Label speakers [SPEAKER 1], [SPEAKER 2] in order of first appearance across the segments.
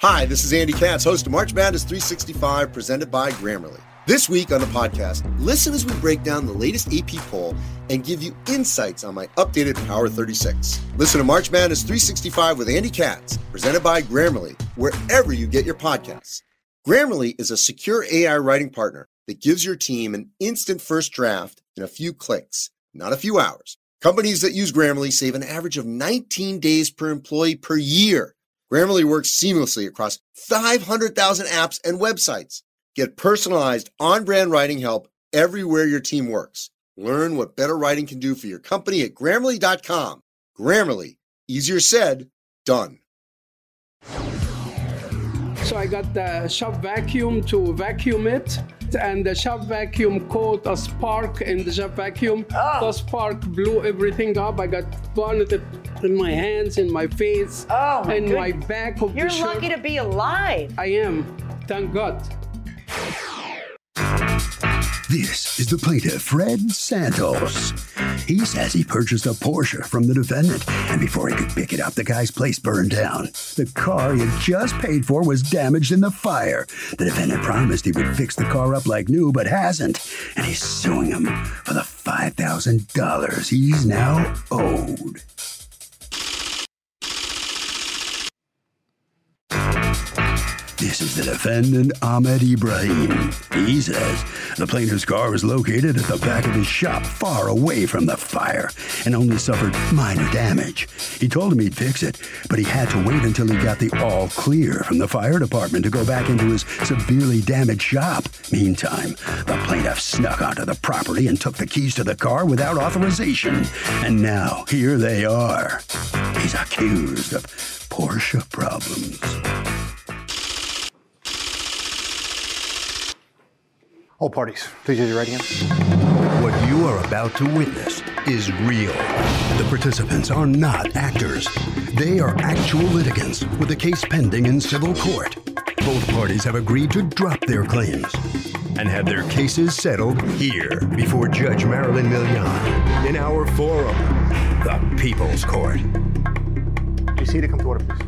[SPEAKER 1] Hi, this is Andy Katz, host of March Madness 365, presented by Grammarly. This week on the podcast, listen as we break down the latest AP poll and give you insights on my updated Power 36. Listen to March Madness 365 with Andy Katz, presented by Grammarly, wherever you get your podcasts. Grammarly is a secure AI writing partner that gives your team an instant first draft in a few clicks, not a few hours. Companies that use Grammarly save an average of 19 days per employee per year. Grammarly works seamlessly across 500,000 apps and websites. Get personalized on brand writing help everywhere your team works. Learn what better writing can do for your company at grammarly.com. Grammarly, easier said, done.
[SPEAKER 2] So I got the shop vacuum to vacuum it, and the shop vacuum caught a spark in the shop vacuum.
[SPEAKER 3] Oh.
[SPEAKER 2] The spark blew everything up. I got bonneted in my hands, in my face,
[SPEAKER 3] Oh, my
[SPEAKER 2] in my
[SPEAKER 3] goodness.
[SPEAKER 2] back of
[SPEAKER 3] You're
[SPEAKER 2] the shirt.
[SPEAKER 3] lucky to be alive.
[SPEAKER 2] I am. Thank God.
[SPEAKER 4] This is the plaintiff, Fred Santos. He says he purchased a Porsche from the defendant, and before he could pick it up, the guy's place burned down. The car he had just paid for was damaged in the fire. The defendant promised he would fix the car up like new, but hasn't, and he's suing him for the $5,000 he's now owed. This is the defendant, Ahmed Ibrahim. He says the plaintiff's car was located at the back of his shop, far away from the fire, and only suffered minor damage. He told him he'd fix it, but he had to wait until he got the all clear from the fire department to go back into his severely damaged shop. Meantime, the plaintiff snuck onto the property and took the keys to the car without authorization. And now, here they are. He's accused of Porsche problems.
[SPEAKER 5] All parties, please use your right hand.
[SPEAKER 4] What you are about to witness is real. The participants are not actors. They are actual litigants with a case pending in civil court. Both parties have agreed to drop their claims and have their cases settled here before Judge Marilyn Millian in our forum, the People's Court.
[SPEAKER 5] Be seated. Come to order, please.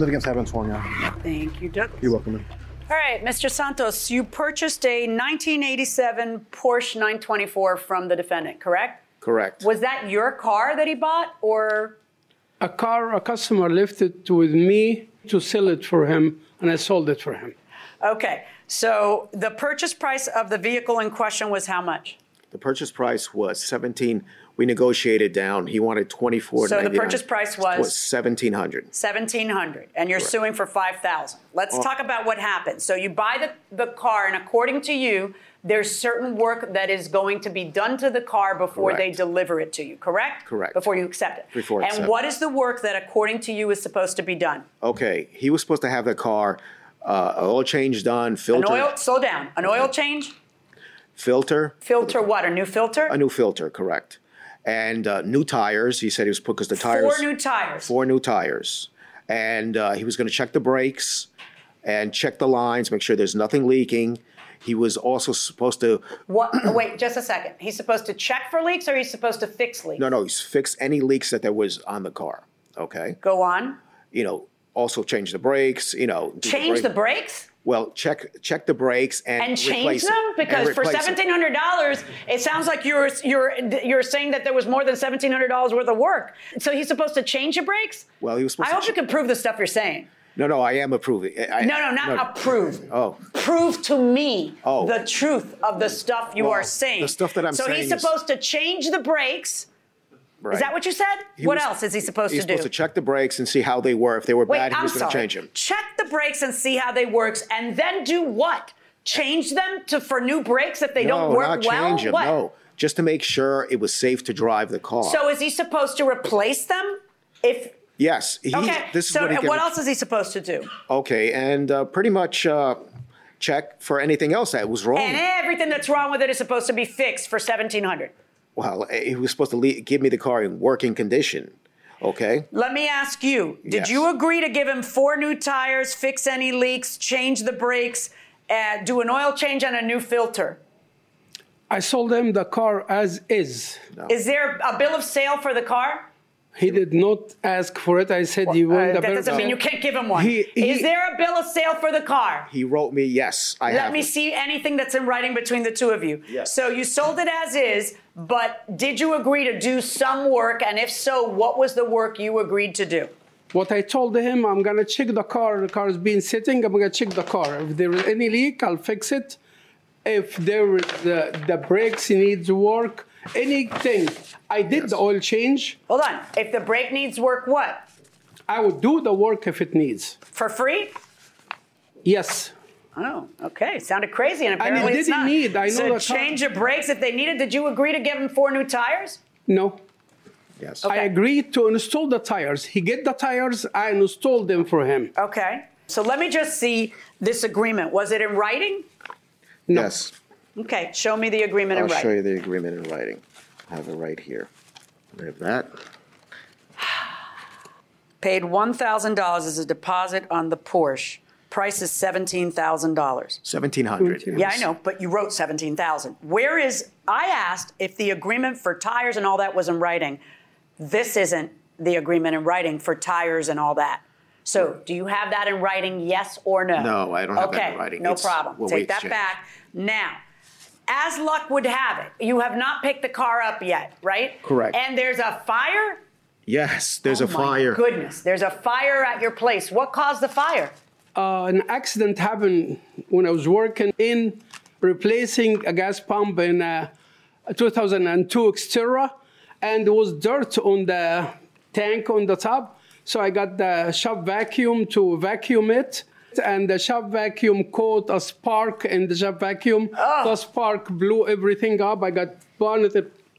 [SPEAKER 5] Litigants have been sworn now.
[SPEAKER 3] Thank you, Doug.
[SPEAKER 5] You're welcome. in.
[SPEAKER 3] All right, Mr. Santos, you purchased a 1987 Porsche 924 from the defendant, correct?
[SPEAKER 6] Correct.
[SPEAKER 3] Was that your car that he bought, or
[SPEAKER 2] A car, a customer left it with me to sell it for him, and I sold it for him.
[SPEAKER 3] okay? So the purchase price of the vehicle in question was how much?
[SPEAKER 6] The purchase price was 17. We negotiated down. He wanted 24.
[SPEAKER 3] So the purchase price was-
[SPEAKER 6] 1700.
[SPEAKER 3] 1700 and you're suing for 5000 let's
[SPEAKER 6] Oh.
[SPEAKER 3] talk about what happened so you buy the, the car and according to you there's certain work that is going to be done to the car before they
[SPEAKER 6] Correct.
[SPEAKER 3] deliver it to you correct
[SPEAKER 6] Correct.
[SPEAKER 3] before you accept it
[SPEAKER 6] Before
[SPEAKER 3] and
[SPEAKER 6] accept.
[SPEAKER 3] what is the work that according to you is supposed to be done
[SPEAKER 6] Okay, he was supposed to have the car uh, oil change done,
[SPEAKER 3] an
[SPEAKER 6] filter,
[SPEAKER 3] oil slow down an oil change
[SPEAKER 6] filter,
[SPEAKER 3] filter what a new filter
[SPEAKER 6] a new filter, correct, and uh, new tires. He said he was because the tires
[SPEAKER 3] four new tires
[SPEAKER 6] four new tires, and uh, he was going to check the brakes and check the lines, make sure there's nothing leaking. He was also supposed to
[SPEAKER 3] what oh, wait just a second he's supposed to check for leaks or he's supposed to fix leaks
[SPEAKER 6] no no he's fix any leaks that there was on the car. Okay,
[SPEAKER 3] go on
[SPEAKER 6] you know, also change the brakes, you know. do
[SPEAKER 3] change the
[SPEAKER 6] brake-
[SPEAKER 3] brakes
[SPEAKER 6] Well, check check the brakes and
[SPEAKER 3] and change
[SPEAKER 6] replace it,
[SPEAKER 3] them
[SPEAKER 6] and
[SPEAKER 3] because for
[SPEAKER 6] replace it.
[SPEAKER 3] seventeen hundred dollars, it sounds like you're you're you're saying that there was more than seventeen hundred dollars worth of work. So he's supposed to change the brakes.
[SPEAKER 6] Well, he was supposed
[SPEAKER 3] I
[SPEAKER 6] to
[SPEAKER 3] hope
[SPEAKER 6] ch-
[SPEAKER 3] you can prove the stuff you're saying.
[SPEAKER 6] No, no, I am approving. I, I-
[SPEAKER 3] No, no, not approve.
[SPEAKER 6] Oh.
[SPEAKER 3] Prove to me
[SPEAKER 6] Oh.
[SPEAKER 3] the truth of the stuff you
[SPEAKER 6] Well,
[SPEAKER 3] are saying.
[SPEAKER 6] the stuff that I'm
[SPEAKER 3] so
[SPEAKER 6] saying
[SPEAKER 3] he's
[SPEAKER 6] is-
[SPEAKER 3] supposed to change the brakes.
[SPEAKER 6] Right.
[SPEAKER 3] Is that what you said?
[SPEAKER 6] He
[SPEAKER 3] what
[SPEAKER 6] was-
[SPEAKER 3] else is he supposed
[SPEAKER 6] he's
[SPEAKER 3] to do?
[SPEAKER 6] supposed to check the brakes and see how they were. If they were
[SPEAKER 3] Wait,
[SPEAKER 6] bad, he
[SPEAKER 3] I'm
[SPEAKER 6] was going
[SPEAKER 3] sorry.
[SPEAKER 6] to change them.
[SPEAKER 3] Check the brakes and see how they works, and then do what? Change them to for new brakes if they don't
[SPEAKER 6] no,
[SPEAKER 3] work
[SPEAKER 6] not
[SPEAKER 3] well.
[SPEAKER 6] change them.
[SPEAKER 3] What?
[SPEAKER 6] No, just to make sure it was safe to drive the car.
[SPEAKER 3] So is he supposed to replace them? If
[SPEAKER 6] yes, he,
[SPEAKER 3] okay,
[SPEAKER 6] this is
[SPEAKER 3] so
[SPEAKER 6] what he can-
[SPEAKER 3] what, else is he supposed to do?
[SPEAKER 6] Okay, and uh, pretty much uh, check for anything else that was wrong.
[SPEAKER 3] And everything that's wrong with it is supposed to be fixed for seventeen hundred.
[SPEAKER 6] well, eh, he was supposed to le- give me the car in working condition. Okay.
[SPEAKER 3] Let me ask you: Did
[SPEAKER 6] Yes.
[SPEAKER 3] you agree to give him four new tires, fix any leaks, change the brakes, uh, do an oil change and a new filter?
[SPEAKER 2] I sold him the car as is.
[SPEAKER 3] Is there a bill of sale for the car?
[SPEAKER 2] He did not ask for it. I said you
[SPEAKER 3] Uh,
[SPEAKER 2] want the
[SPEAKER 3] that doesn't
[SPEAKER 2] bill.
[SPEAKER 3] mean you can't give him one.
[SPEAKER 6] He- he-
[SPEAKER 3] Is there a bill of sale for the car?
[SPEAKER 6] He wrote me, yes, I
[SPEAKER 3] Let
[SPEAKER 6] have
[SPEAKER 3] me
[SPEAKER 6] it.
[SPEAKER 3] see anything that's in writing between the two of you.
[SPEAKER 6] Yes.
[SPEAKER 3] So you sold it as is, but did you agree to do some work? And if so, what was the work you agreed to do?
[SPEAKER 2] What I told him, I'm gonna check the car. The car has been sitting. I'm gonna check the car. If there is any leak, I'll fix it. If there is the, the brakes needs work, anything. I did the oil change.
[SPEAKER 3] Hold on. If the brake needs work, what?
[SPEAKER 2] I would do the work if it needs.
[SPEAKER 3] For free?
[SPEAKER 2] Yes.
[SPEAKER 3] Oh, okay. Sounded crazy, and
[SPEAKER 2] it
[SPEAKER 3] apparently it's
[SPEAKER 2] didn't
[SPEAKER 3] not.
[SPEAKER 2] need- I know
[SPEAKER 3] so
[SPEAKER 2] the car-
[SPEAKER 3] change the brakes if they needed. Did you agree to give them four new tires?
[SPEAKER 2] No.
[SPEAKER 6] Yes.
[SPEAKER 2] I agreed to install the tires. He get the tires. I installed them for him.
[SPEAKER 3] Okay. So let me just see this agreement. Was it in writing?
[SPEAKER 6] Yes.
[SPEAKER 3] Okay. Show me the agreement
[SPEAKER 6] I'll
[SPEAKER 3] in writing.
[SPEAKER 6] show you the agreement in writing. I have it right here. I have that.
[SPEAKER 3] Paid one thousand dollars as a deposit on the Porsche. Price is seventeen thousand dollars.
[SPEAKER 6] 1700
[SPEAKER 3] Yeah, I know, but you wrote seventeen thousand. Where is? I asked if the agreement for tires and all that was in writing. This isn't the agreement in writing for tires and all that. So, do you have that in writing? Yes or no?
[SPEAKER 6] No, I don't have that in
[SPEAKER 3] Okay,
[SPEAKER 6] writing.
[SPEAKER 3] No
[SPEAKER 6] It's
[SPEAKER 3] problem.
[SPEAKER 6] what we
[SPEAKER 3] Take that
[SPEAKER 6] exchanged.
[SPEAKER 3] back now. As luck would have it, you have not picked the car up yet, right?
[SPEAKER 6] Correct.
[SPEAKER 3] And there's a fire.
[SPEAKER 6] Yes, there's
[SPEAKER 3] Oh
[SPEAKER 6] a
[SPEAKER 3] my
[SPEAKER 6] fire.
[SPEAKER 3] Goodness, there's a fire at your place. What caused the fire?
[SPEAKER 2] Uh, an accident happened when I was working in replacing a gas pump in uh, a 2002 Xterra, and there was dirt on the tank on the top. So I got the shop vacuum to vacuum it, and the shop vacuum caught a spark in the shop vacuum.
[SPEAKER 3] Oh.
[SPEAKER 2] The spark blew everything up. I got burned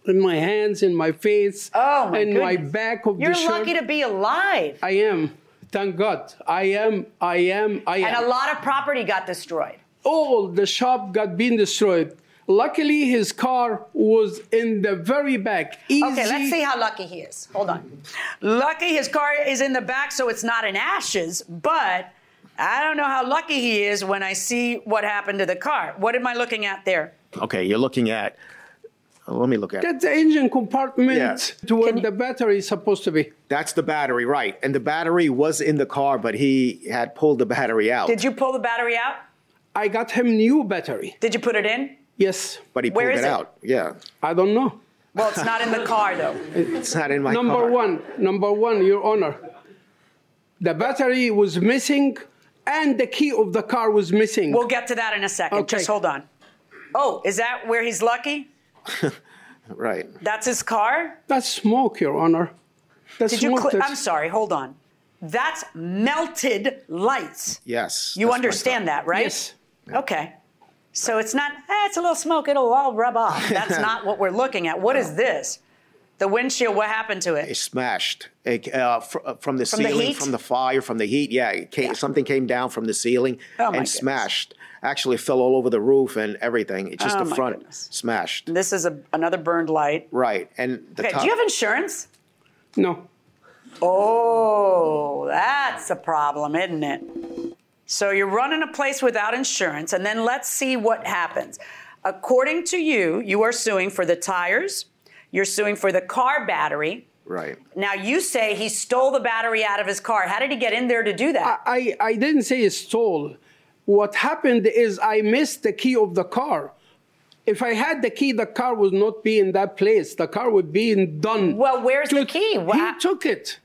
[SPEAKER 2] in my hands, in my face,
[SPEAKER 3] Oh my
[SPEAKER 2] in my
[SPEAKER 3] goodness.
[SPEAKER 2] back of
[SPEAKER 3] You're
[SPEAKER 2] the shirt.
[SPEAKER 3] lucky to be alive.
[SPEAKER 2] I am. Thank God. I am. I am. I am.
[SPEAKER 3] and a lot of property got destroyed.
[SPEAKER 2] all the shop got been destroyed. Luckily, his car was in the very back. Easy.
[SPEAKER 3] Okay, let's see how lucky he is. Hold on. Lucky his car is in the back, so it's not in ashes, but I don't know how lucky he is when I see what happened to the car. What am I looking at there?
[SPEAKER 6] Okay, you're looking at. Let me look at.
[SPEAKER 2] That's the engine compartment
[SPEAKER 6] Yeah.
[SPEAKER 2] to where the battery is supposed to be.
[SPEAKER 6] That's the battery, right? And the battery was in the car, but he had pulled the battery out.
[SPEAKER 3] Did you pull the battery out?
[SPEAKER 2] Oh. I got him new battery.
[SPEAKER 3] Did you put it in?
[SPEAKER 2] Yes.
[SPEAKER 6] But he
[SPEAKER 3] Where
[SPEAKER 6] pulled
[SPEAKER 3] is
[SPEAKER 6] it
[SPEAKER 3] it?
[SPEAKER 6] out. Yeah,
[SPEAKER 2] I don't know.
[SPEAKER 3] Well, it's not in the car though.
[SPEAKER 6] it's not in my
[SPEAKER 2] Number
[SPEAKER 6] car.
[SPEAKER 2] one, number one, Your Honor. The battery was missing, and the key of the car was missing.
[SPEAKER 3] We'll get to that in a second.
[SPEAKER 2] Okay.
[SPEAKER 3] Just hold on. Oh, is that where he's lucky?
[SPEAKER 6] Right.
[SPEAKER 3] That's his car?
[SPEAKER 2] That's smoke, Your Honor. That's
[SPEAKER 3] Did you
[SPEAKER 2] smoke.
[SPEAKER 3] cl-
[SPEAKER 2] that's-
[SPEAKER 3] I'm sorry, hold on. That's melted lights.
[SPEAKER 6] Yes.
[SPEAKER 3] You
[SPEAKER 6] that's my
[SPEAKER 3] understand
[SPEAKER 6] car.
[SPEAKER 3] that, right?
[SPEAKER 2] Yes.
[SPEAKER 3] Okay. So it's not, eh, it's a little smoke, it'll all rub off. That's not what we're looking at. What is this? The windshield, what happened to
[SPEAKER 6] It
[SPEAKER 3] it?
[SPEAKER 6] smashed it, uh, fr- uh, from the
[SPEAKER 3] From the
[SPEAKER 6] ceiling,
[SPEAKER 3] heat?
[SPEAKER 6] from the fire, from the heat. Yeah, it came, something came down from the ceiling
[SPEAKER 3] Oh, my
[SPEAKER 6] and
[SPEAKER 3] goodness.
[SPEAKER 6] smashed. Actually, it fell all over the roof and everything. It's just
[SPEAKER 3] Oh,
[SPEAKER 6] the
[SPEAKER 3] my
[SPEAKER 6] front
[SPEAKER 3] goodness.
[SPEAKER 6] smashed.
[SPEAKER 3] This is a, another burned light.
[SPEAKER 6] Right. And the
[SPEAKER 3] Okay,
[SPEAKER 6] top.
[SPEAKER 3] do you have insurance?
[SPEAKER 2] No.
[SPEAKER 3] Oh, that's a problem, isn't it? So you're running a place without insurance, and then let's see what happens. According to you, you are suing for the tires, you're suing for the car battery.
[SPEAKER 6] right.
[SPEAKER 3] Now you say he stole the battery out of his car. How did he get in there to do that?
[SPEAKER 2] I, I didn't say stole. What happened is I missed the key of the car. If I had the key, the car would not be in that place. The car would be in done.
[SPEAKER 3] Well, where's the key? Wha-
[SPEAKER 2] He took it.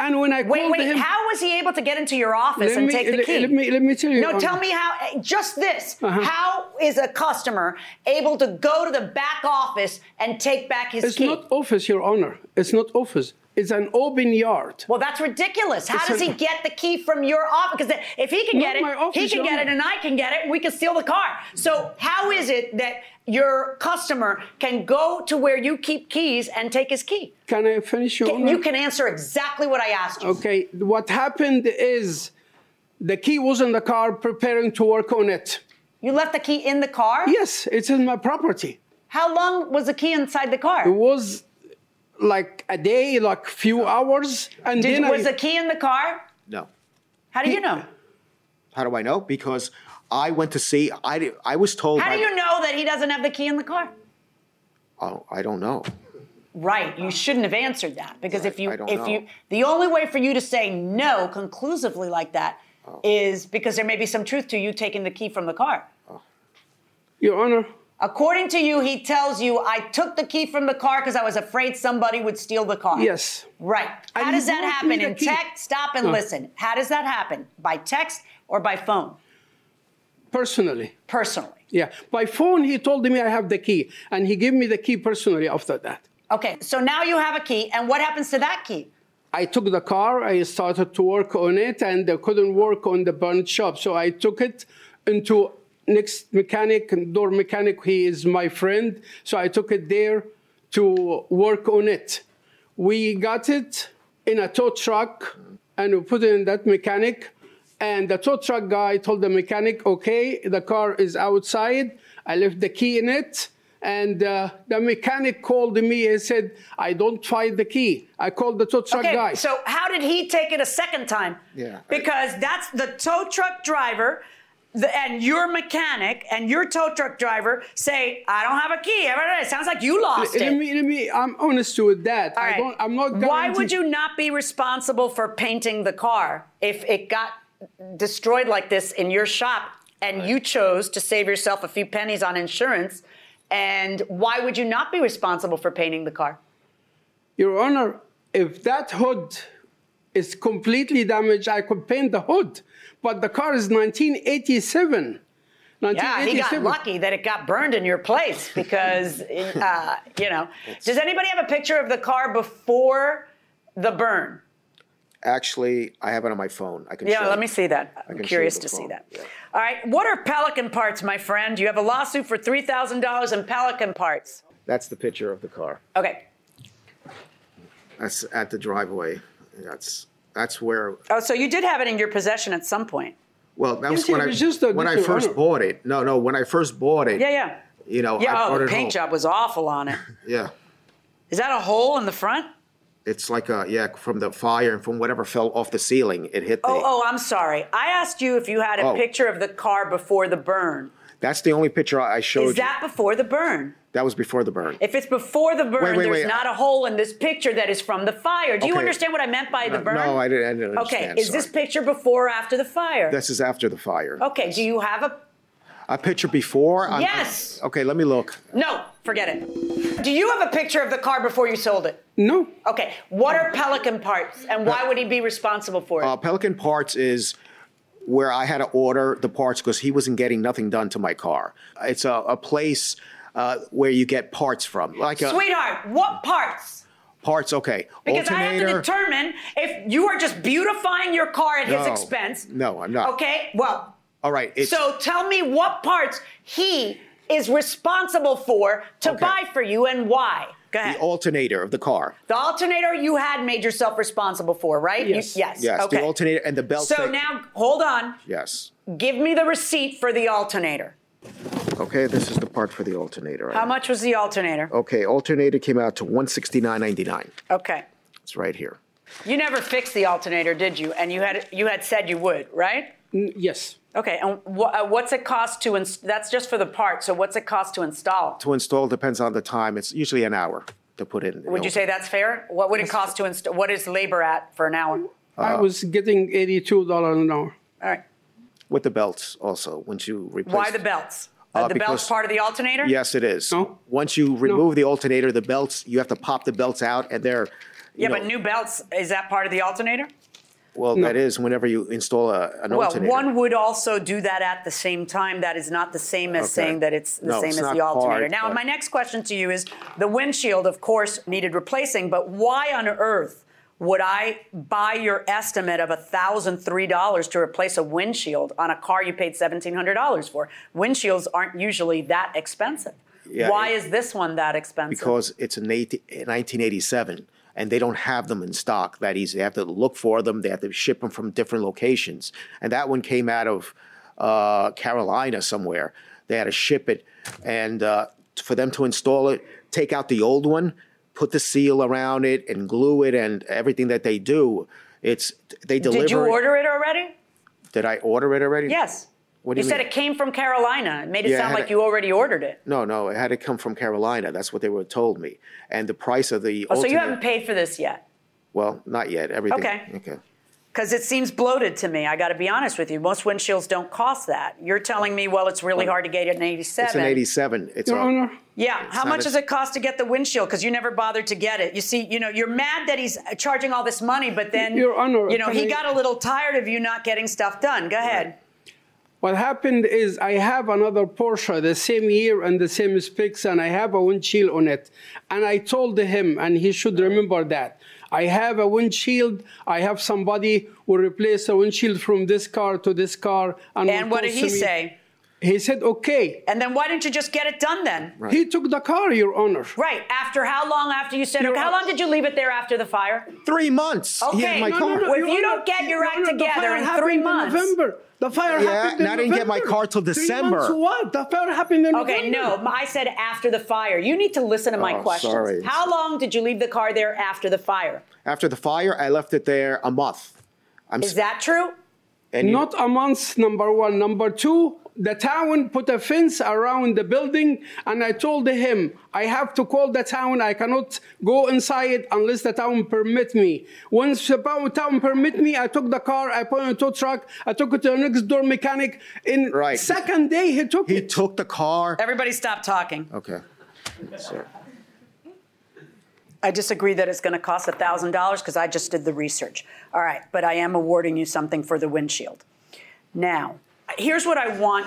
[SPEAKER 2] And when I
[SPEAKER 3] Wait,
[SPEAKER 2] called
[SPEAKER 3] wait.
[SPEAKER 2] him,
[SPEAKER 3] How was he able to get into your office
[SPEAKER 2] Let
[SPEAKER 3] and
[SPEAKER 2] me-
[SPEAKER 3] take the
[SPEAKER 2] let-
[SPEAKER 3] key?
[SPEAKER 2] let me- let me tell you,
[SPEAKER 3] No,
[SPEAKER 2] um,
[SPEAKER 3] tell me how. eh, Just this.
[SPEAKER 2] Uh-huh.
[SPEAKER 3] How is a customer able to go to the back office and take back his
[SPEAKER 2] it's
[SPEAKER 3] key?
[SPEAKER 2] not office, Your Honor. It's not office. It's an open yard.
[SPEAKER 3] well, that's ridiculous. How
[SPEAKER 2] It's
[SPEAKER 3] does
[SPEAKER 2] a-
[SPEAKER 3] he get the key from your office? Because if he can
[SPEAKER 2] Not
[SPEAKER 3] get it, he
[SPEAKER 2] my office,
[SPEAKER 3] can
[SPEAKER 2] Your
[SPEAKER 3] get it,
[SPEAKER 2] Honor.
[SPEAKER 3] and I can get it. We can steal the car. So how is it that your customer can go to where you keep keys and take his key?
[SPEAKER 2] Can I finish, Your Honor?
[SPEAKER 3] You can answer exactly what I asked you.
[SPEAKER 2] Okay, what happened is the key was in the car preparing to work on it.
[SPEAKER 3] You left the key in the car?
[SPEAKER 2] Yes, it's in my property.
[SPEAKER 3] How long was the key inside the car?
[SPEAKER 2] It was like a day, like few hours, and
[SPEAKER 3] Did,
[SPEAKER 2] then
[SPEAKER 3] was
[SPEAKER 2] I,
[SPEAKER 3] the key in the car?
[SPEAKER 6] No.
[SPEAKER 3] How do you know?
[SPEAKER 6] How do I know? Because I went to see. I di- I was told.
[SPEAKER 3] How
[SPEAKER 6] by-
[SPEAKER 3] do you know that he doesn't have the key in the car?
[SPEAKER 6] Oh, I don't know.
[SPEAKER 3] right. You shouldn't have answered that because if you
[SPEAKER 6] I don't
[SPEAKER 3] if
[SPEAKER 6] know.
[SPEAKER 3] you the only way for you to say no conclusively like that is because there may be some truth to you taking the key from the car.
[SPEAKER 2] Your Honor,
[SPEAKER 3] According to you, he tells you, I took the key from the car because I was afraid somebody would steal the car.
[SPEAKER 2] yes.
[SPEAKER 3] Right. How
[SPEAKER 2] And
[SPEAKER 3] does
[SPEAKER 2] you
[SPEAKER 3] that
[SPEAKER 2] won't
[SPEAKER 3] happen
[SPEAKER 2] need a
[SPEAKER 3] in
[SPEAKER 2] key.
[SPEAKER 3] text? Stop and
[SPEAKER 2] No.
[SPEAKER 3] listen. How does that happen? By text or by phone?
[SPEAKER 2] Personally.
[SPEAKER 3] Personally.
[SPEAKER 2] Yeah. By phone, he told me I have the key, and he gave me the key personally after that.
[SPEAKER 3] Okay, so now you have a key, and what happens to that key?
[SPEAKER 2] I took the car, I started to work on it, and I couldn't work on the burnt shop. So I took it into next mechanic, door mechanic. He is my friend. So I took it there to work on it. We got it in a tow truck and we put it in that mechanic. And the tow truck guy told the mechanic, okay, the car is outside. I left the key in it. And uh, the mechanic called me and said, I don't find the key. I called the tow truck
[SPEAKER 3] Okay,
[SPEAKER 2] guy.
[SPEAKER 3] so how did he take it a second time?
[SPEAKER 6] Yeah, I-
[SPEAKER 3] Because that's the tow truck driver the, and your mechanic and your tow truck driver say, I don't have a key. It sounds like you lost
[SPEAKER 2] let
[SPEAKER 3] it.
[SPEAKER 2] me, let me, I'm honest with that.
[SPEAKER 3] All
[SPEAKER 2] I
[SPEAKER 3] right.
[SPEAKER 2] don't, I'm not
[SPEAKER 3] Why would
[SPEAKER 2] guaranteed-
[SPEAKER 3] you not be responsible for painting the car if it got destroyed like this in your shop and you chose to save yourself a few pennies on insurance? And why would you not be responsible for painting the car?
[SPEAKER 2] Your Honor, if that hood is completely damaged, I could paint the hood. But the car is 1987.
[SPEAKER 3] Yeah, he got
[SPEAKER 2] 1987.
[SPEAKER 3] lucky that it got burned in your place because, uh, you know. Does anybody have a picture of the car before the burn?
[SPEAKER 6] Actually, I have it on my phone. I can show
[SPEAKER 3] Yeah, let
[SPEAKER 6] you.
[SPEAKER 3] me see that.
[SPEAKER 6] I
[SPEAKER 3] I'm
[SPEAKER 6] can show
[SPEAKER 3] curious
[SPEAKER 6] you
[SPEAKER 3] to
[SPEAKER 6] the
[SPEAKER 3] see
[SPEAKER 6] phone.
[SPEAKER 3] that.
[SPEAKER 6] Yeah.
[SPEAKER 3] All right, what are Pelican parts, my friend? You have a lawsuit for $3,000 in Pelican parts.
[SPEAKER 6] That's the picture of the car.
[SPEAKER 3] Okay.
[SPEAKER 6] That's at the driveway. That's that's where.
[SPEAKER 3] Oh, so you did have it in your possession at some point.
[SPEAKER 6] Well, that was
[SPEAKER 2] see,
[SPEAKER 6] when
[SPEAKER 2] it
[SPEAKER 6] I
[SPEAKER 2] was just a
[SPEAKER 6] when I
[SPEAKER 2] little
[SPEAKER 6] first
[SPEAKER 2] honor.
[SPEAKER 6] bought it. No, no, when I first bought it.
[SPEAKER 3] Yeah, yeah.
[SPEAKER 6] You know, I
[SPEAKER 3] Yeah,
[SPEAKER 6] bought
[SPEAKER 3] oh, the
[SPEAKER 6] it home.
[SPEAKER 3] paint job was awful on it.
[SPEAKER 6] Yeah,
[SPEAKER 3] Is that a hole in the front?
[SPEAKER 6] it's like a yeah from the fire and from whatever fell off the ceiling. It hit. The,
[SPEAKER 3] Oh, oh, I'm sorry. I asked you if you had a
[SPEAKER 6] Oh.
[SPEAKER 3] picture of the car before the burn.
[SPEAKER 6] That's the only picture I I showed
[SPEAKER 3] oh. Is that
[SPEAKER 6] you.
[SPEAKER 3] before the burn?
[SPEAKER 6] That was before the burn.
[SPEAKER 3] If it's before the burn,
[SPEAKER 6] Wait, wait,
[SPEAKER 3] there's
[SPEAKER 6] wait.
[SPEAKER 3] not a hole in this picture that is from the fire. Do you
[SPEAKER 6] Okay.
[SPEAKER 3] understand what I meant by the
[SPEAKER 6] No,
[SPEAKER 3] burn?
[SPEAKER 6] no, I didn't- I didn't
[SPEAKER 3] Okay,
[SPEAKER 6] understand,
[SPEAKER 3] is this
[SPEAKER 6] sorry.
[SPEAKER 3] picture before or after the fire? Oh.
[SPEAKER 6] this is after the fire.
[SPEAKER 3] okay, do you have a.
[SPEAKER 6] A picture before. I'm-
[SPEAKER 3] Yes.
[SPEAKER 6] okay, let me look.
[SPEAKER 3] No, forget it. Do you have a picture of the car before you sold it?
[SPEAKER 2] No.
[SPEAKER 3] Okay, what are Pelican parts and why would he be responsible for it?
[SPEAKER 6] Uh, Pelican Parts is where I had to order the parts because he wasn't getting nothing done to my car. It's a, a place uh, where you get parts from, like a,
[SPEAKER 3] Sweetheart, what parts?
[SPEAKER 6] parts. Okay,
[SPEAKER 3] Because I have to determine if you are just beautifying your car at his
[SPEAKER 6] No.
[SPEAKER 3] expense.
[SPEAKER 6] No, I'm not.
[SPEAKER 3] Okay, well,
[SPEAKER 6] All right. It's,
[SPEAKER 3] so tell me what parts he is responsible for to
[SPEAKER 6] Okay.
[SPEAKER 3] buy for you and why. Go ahead.
[SPEAKER 6] the alternator of the car.
[SPEAKER 3] The alternator you had made yourself responsible for, right? You-
[SPEAKER 2] Yes.
[SPEAKER 3] yes.
[SPEAKER 6] Yes,
[SPEAKER 3] Okay.
[SPEAKER 6] the alternator and the belt.
[SPEAKER 3] So
[SPEAKER 6] that-
[SPEAKER 3] now, hold on.
[SPEAKER 6] Yes.
[SPEAKER 3] Give me the receipt for the alternator.
[SPEAKER 6] Okay, this is the part for the alternator.
[SPEAKER 3] How much was the alternator?
[SPEAKER 6] Okay, alternator came out to one sixty nine ninety nine.
[SPEAKER 3] Okay.
[SPEAKER 6] It's right here.
[SPEAKER 3] You never fixed the alternator, did you? And you had you had said you would, right?
[SPEAKER 2] N- Yes.
[SPEAKER 3] Okay. And wh- uh, what's it cost to install? That's just for the part. So what's it cost to install?
[SPEAKER 6] To install depends on the time. It's usually an hour to put in.
[SPEAKER 3] Would you say that's fair? What would it cost to install? What is labor at for an hour?
[SPEAKER 6] Uh,
[SPEAKER 2] I was getting $82 an hour.
[SPEAKER 3] All right.
[SPEAKER 6] with the belts also? Once you replace.
[SPEAKER 3] Why the belts? Are
[SPEAKER 6] Uh,
[SPEAKER 3] the belts
[SPEAKER 6] because-
[SPEAKER 3] part of the alternator?
[SPEAKER 6] Yes, it is.
[SPEAKER 2] No.
[SPEAKER 6] Once you remove the alternator, the belts you have to pop the belts out, and they're. you
[SPEAKER 3] Yeah,
[SPEAKER 6] know-
[SPEAKER 3] but new belts is that part of the alternator?
[SPEAKER 6] Well, that is whenever you install a, an
[SPEAKER 3] Well,
[SPEAKER 6] alternator.
[SPEAKER 3] one would also do that at the same time. That is not the same as
[SPEAKER 6] Okay.
[SPEAKER 3] saying that it's the
[SPEAKER 6] No,
[SPEAKER 3] same
[SPEAKER 6] it's
[SPEAKER 3] as
[SPEAKER 6] not
[SPEAKER 3] the alternator.
[SPEAKER 6] hard,
[SPEAKER 3] now,
[SPEAKER 6] but-
[SPEAKER 3] my next question to you is the windshield, of course, needed replacing, but why on earth would I buy your estimate of $1,003 to replace a windshield on a car you paid $1,700 for? Windshields aren't usually that expensive.
[SPEAKER 6] Yeah,
[SPEAKER 3] why
[SPEAKER 6] it-
[SPEAKER 3] is this one that expensive?
[SPEAKER 6] because it's an 18 1987 and they don't have them in stock that easy. They have to look for them. They have to ship them from different locations. And that one came out of uh, Carolina somewhere. They had to ship it, and uh, for them to install it, take out the old one, put the seal around it, and glue it, and everything that they do. It's they deliver.
[SPEAKER 3] Did you order it already?
[SPEAKER 6] Did I order it already?
[SPEAKER 3] Yes.
[SPEAKER 6] What do
[SPEAKER 3] You
[SPEAKER 6] you,
[SPEAKER 3] said
[SPEAKER 6] mean?
[SPEAKER 3] it came from Carolina. It made it
[SPEAKER 6] Yeah, I
[SPEAKER 3] sound
[SPEAKER 6] had
[SPEAKER 3] like
[SPEAKER 6] a-
[SPEAKER 3] you already ordered it.
[SPEAKER 6] No, no, it had to come from Carolina. That's what they were told me. And the price of the
[SPEAKER 3] Oh, so you
[SPEAKER 6] ultimate-
[SPEAKER 3] haven't paid for this yet.
[SPEAKER 6] Well, not yet. Everything.
[SPEAKER 3] Okay.
[SPEAKER 6] Okay.
[SPEAKER 3] Because it seems bloated to me. I got to be honest with you. Most windshields don't cost that. You're telling me, well, it's really hard to get it in 87.
[SPEAKER 6] It's an 87. It's
[SPEAKER 2] Your
[SPEAKER 6] a-
[SPEAKER 2] Honor,
[SPEAKER 3] Yeah. How
[SPEAKER 6] not
[SPEAKER 3] much
[SPEAKER 6] a-
[SPEAKER 3] does it cost to get the windshield? Because you never bothered to get it. You see, you know, you're mad that he's uh, charging all this money, but then,
[SPEAKER 2] Your Honor,
[SPEAKER 3] you know,
[SPEAKER 2] can
[SPEAKER 3] he
[SPEAKER 2] I-
[SPEAKER 3] got a little tired of you not getting stuff done. Go ahead.
[SPEAKER 2] what happened is I have another Porsche the same year and the same specs, and I have a windshield on it. And I told him, and he should remember that. I have a windshield. I have somebody who replaced a windshield from this car to this car. And, will
[SPEAKER 3] And what did
[SPEAKER 2] cost
[SPEAKER 3] he
[SPEAKER 2] me-
[SPEAKER 3] say?
[SPEAKER 2] He said, okay.
[SPEAKER 3] And then why didn't you just get it done then? Right.
[SPEAKER 2] He took the car, Your Honor.
[SPEAKER 3] After how long after you said,
[SPEAKER 2] Your
[SPEAKER 3] okay, how
[SPEAKER 2] Honor-
[SPEAKER 3] long did you leave it there after the fire?
[SPEAKER 6] three months. He had
[SPEAKER 3] Okay.
[SPEAKER 6] my
[SPEAKER 3] No, no,
[SPEAKER 6] car.
[SPEAKER 3] no, Well, if you don't get your act
[SPEAKER 2] the
[SPEAKER 3] together
[SPEAKER 2] fire
[SPEAKER 3] in three
[SPEAKER 2] happened
[SPEAKER 3] months-
[SPEAKER 2] November. The fire
[SPEAKER 6] Yeah,
[SPEAKER 2] happened in
[SPEAKER 6] and I didn't get my
[SPEAKER 2] November.
[SPEAKER 6] car till
[SPEAKER 2] Three
[SPEAKER 6] December.
[SPEAKER 2] months what? The fire happened in
[SPEAKER 3] Okay, no,
[SPEAKER 2] November.
[SPEAKER 3] m- I said after the fire. You need to listen to my
[SPEAKER 6] Oh,
[SPEAKER 3] questions.
[SPEAKER 6] sorry.
[SPEAKER 3] How long did you leave the car there after the fire?
[SPEAKER 6] After the fire, I left it there a month. I'm
[SPEAKER 3] Is that true?
[SPEAKER 6] and you-
[SPEAKER 2] Not a month, number one. Number two, the town put a fence around the building, and I told him, I have to call the town. I cannot go inside unless the town permit me. Once the pow- town permit me, I took the car, I put it in a tow truck, I took it to the next door mechanic. In
[SPEAKER 6] Right.
[SPEAKER 2] second day, he took
[SPEAKER 6] he
[SPEAKER 2] it.
[SPEAKER 6] took the car.
[SPEAKER 3] Everybody stop talking.
[SPEAKER 6] Okay. So,
[SPEAKER 3] I disagree that it's going to cost $1,000 because I just did the research. All right, but I am awarding you something for the windshield. Now, here's what I want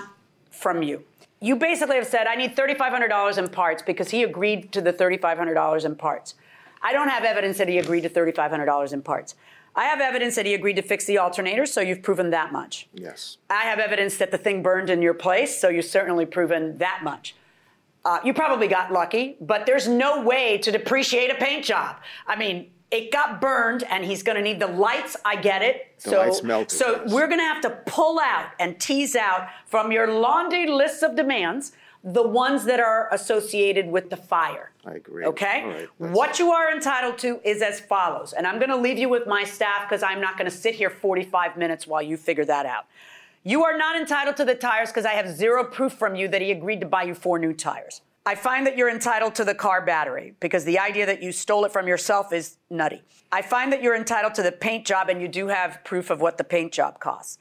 [SPEAKER 3] from you. You basically have said, I need $3,500 in parts because he agreed to the $3,500 in parts. I don't have evidence that he agreed to $3,500 in parts. I have evidence that he agreed to fix the alternator, so you've proven that much.
[SPEAKER 6] yes.
[SPEAKER 3] I have evidence that the thing burned in your place, so you've certainly proven that much. Uh, you probably got lucky, but there's no way to depreciate a paint job. I mean, it got burned, and he's going to need the lights. I get it.
[SPEAKER 6] The
[SPEAKER 3] so,
[SPEAKER 6] lights melted,
[SPEAKER 3] So
[SPEAKER 6] yes.
[SPEAKER 3] we're going to have to pull out and tease out from your laundry list of demands the ones that are associated with the fire.
[SPEAKER 6] I agree.
[SPEAKER 3] Okay?
[SPEAKER 6] All right, that's-
[SPEAKER 3] what you are entitled to is as follows. And I'm going to leave you with my staff because I'm not going to sit here 45 minutes while you figure that out. You are not entitled to the tires because I have zero proof from you that he agreed to buy you four new tires. I find that you're entitled to the car battery because the idea that you stole it from yourself is nutty. I find that you're entitled to the paint job and you do have proof of what the paint job costs.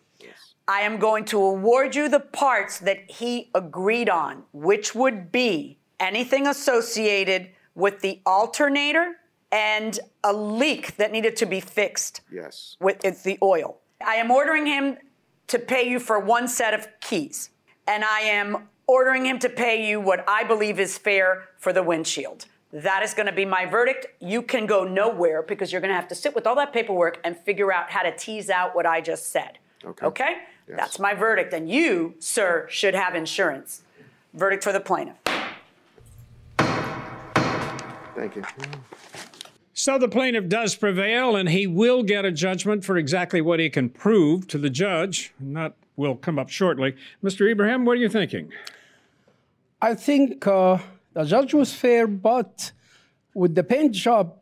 [SPEAKER 3] I am going to award you the parts that he agreed on, which would be anything associated with the alternator and a leak that needed to be fixed
[SPEAKER 6] Yes.
[SPEAKER 3] with it's the oil. I am ordering him to pay you for one set of keys, and I am ordering him to pay you what I believe is fair for the windshield. That is going to be my verdict. You can go nowhere because you're going to have to sit with all that paperwork and figure out how to tease out what I just said.
[SPEAKER 6] Okay.
[SPEAKER 3] Okay?
[SPEAKER 6] Yes.
[SPEAKER 3] That's my verdict. And you, sir, should have insurance. Verdict for the plaintiff.
[SPEAKER 6] Thank you.
[SPEAKER 7] So the plaintiff does prevail, and he will get a judgment for exactly what he can prove to the judge. And that will come up shortly. Mr. Ibrahim, what are you thinking?
[SPEAKER 2] I think uh, the judge was fair, but with the paint job,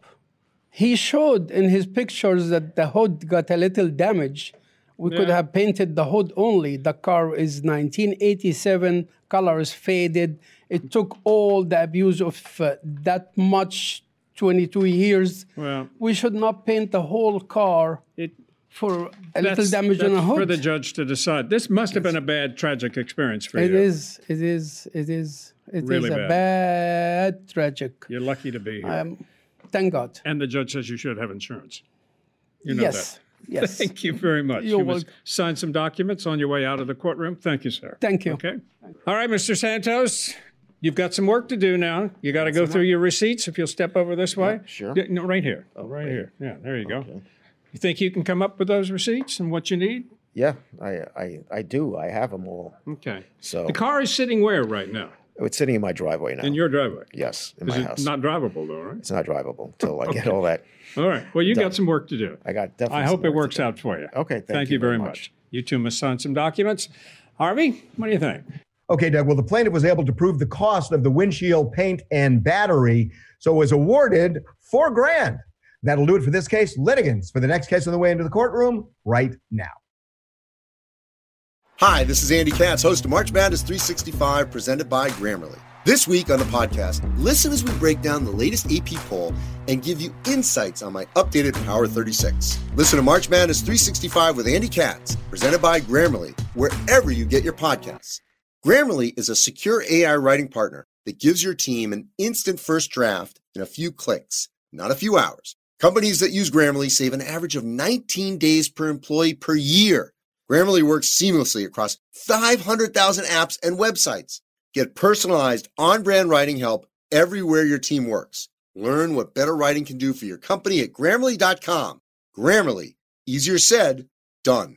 [SPEAKER 2] he showed in his pictures that the hood got a little damage. We could
[SPEAKER 7] Yeah.
[SPEAKER 2] have painted the hood only. The car is 1987, colors faded. It took all the abuse of uh, that much 22 years.
[SPEAKER 7] Well-
[SPEAKER 2] we should not paint the whole car
[SPEAKER 7] It,
[SPEAKER 2] for a little damage on a
[SPEAKER 7] that's
[SPEAKER 2] hood.
[SPEAKER 7] for the judge to decide. This must have been a bad, tragic experience for
[SPEAKER 2] It
[SPEAKER 7] you.
[SPEAKER 2] is, it is, it is, It is
[SPEAKER 7] Really
[SPEAKER 2] a
[SPEAKER 7] bad.
[SPEAKER 2] bad, tragic. um,
[SPEAKER 7] You're lucky to be here.
[SPEAKER 2] Thank God.
[SPEAKER 7] and the judge says you should have insurance. You know
[SPEAKER 2] yes,
[SPEAKER 7] that.
[SPEAKER 2] yes.
[SPEAKER 7] Thank you very much.
[SPEAKER 2] You're
[SPEAKER 7] you must
[SPEAKER 2] welcome.
[SPEAKER 7] sign some documents on your way out of the courtroom. Thank you, sir.
[SPEAKER 2] Thank you.
[SPEAKER 7] Okay. All right, Mr. Santos, you've got some work to do now. You got to go through your receipts if you'll step over this way.
[SPEAKER 6] sure. Oh,
[SPEAKER 7] Yeah, no, right here. right here. Yeah, there you go. You think you can come up with those receipts and what you need?
[SPEAKER 6] Yeah, I, I, I do. I have them all.
[SPEAKER 7] Okay.
[SPEAKER 6] So-
[SPEAKER 7] the car is sitting where right now?
[SPEAKER 6] It's sitting in my driveway now.
[SPEAKER 7] In your driveway.
[SPEAKER 6] yes, in
[SPEAKER 7] Is
[SPEAKER 6] my
[SPEAKER 7] it
[SPEAKER 6] house.
[SPEAKER 7] not drivable though, right?
[SPEAKER 6] it's not drivable until I get all that.
[SPEAKER 7] All right. Well, you got some work to do.
[SPEAKER 6] I got definitely.
[SPEAKER 7] I
[SPEAKER 6] some
[SPEAKER 7] hope it
[SPEAKER 6] work to
[SPEAKER 7] works
[SPEAKER 6] do.
[SPEAKER 7] out for you.
[SPEAKER 6] Okay, thank
[SPEAKER 7] thank
[SPEAKER 6] you
[SPEAKER 7] you very
[SPEAKER 6] very
[SPEAKER 7] much. You two must sign some documents. Harvey, what do you think?
[SPEAKER 8] Okay, Doug. Well, the plaintiff was able to prove the cost of the windshield paint and battery, so was awarded four grand. That'll do it for this case. Litigants for the next case on the way into the courtroom right now.
[SPEAKER 1] Hi, this is Andy Katz, host of March Madness 365, presented by Grammarly. This week on the podcast, listen as we break down the latest AP poll and give you insights on my updated Power 36. Listen to March Madness 365 with Andy Katz, presented by Grammarly, wherever you get your podcasts. Grammarly is a secure AI writing partner that gives your team an instant first draft in a few clicks, not a few hours. Companies that use Grammarly save an average of 19 days per employee per year. Grammarly works seamlessly across 500,000 apps and websites. Get personalized on brand writing help everywhere your team works. Learn what better writing can do for your company at grammarly.com. Grammarly, easier said, done.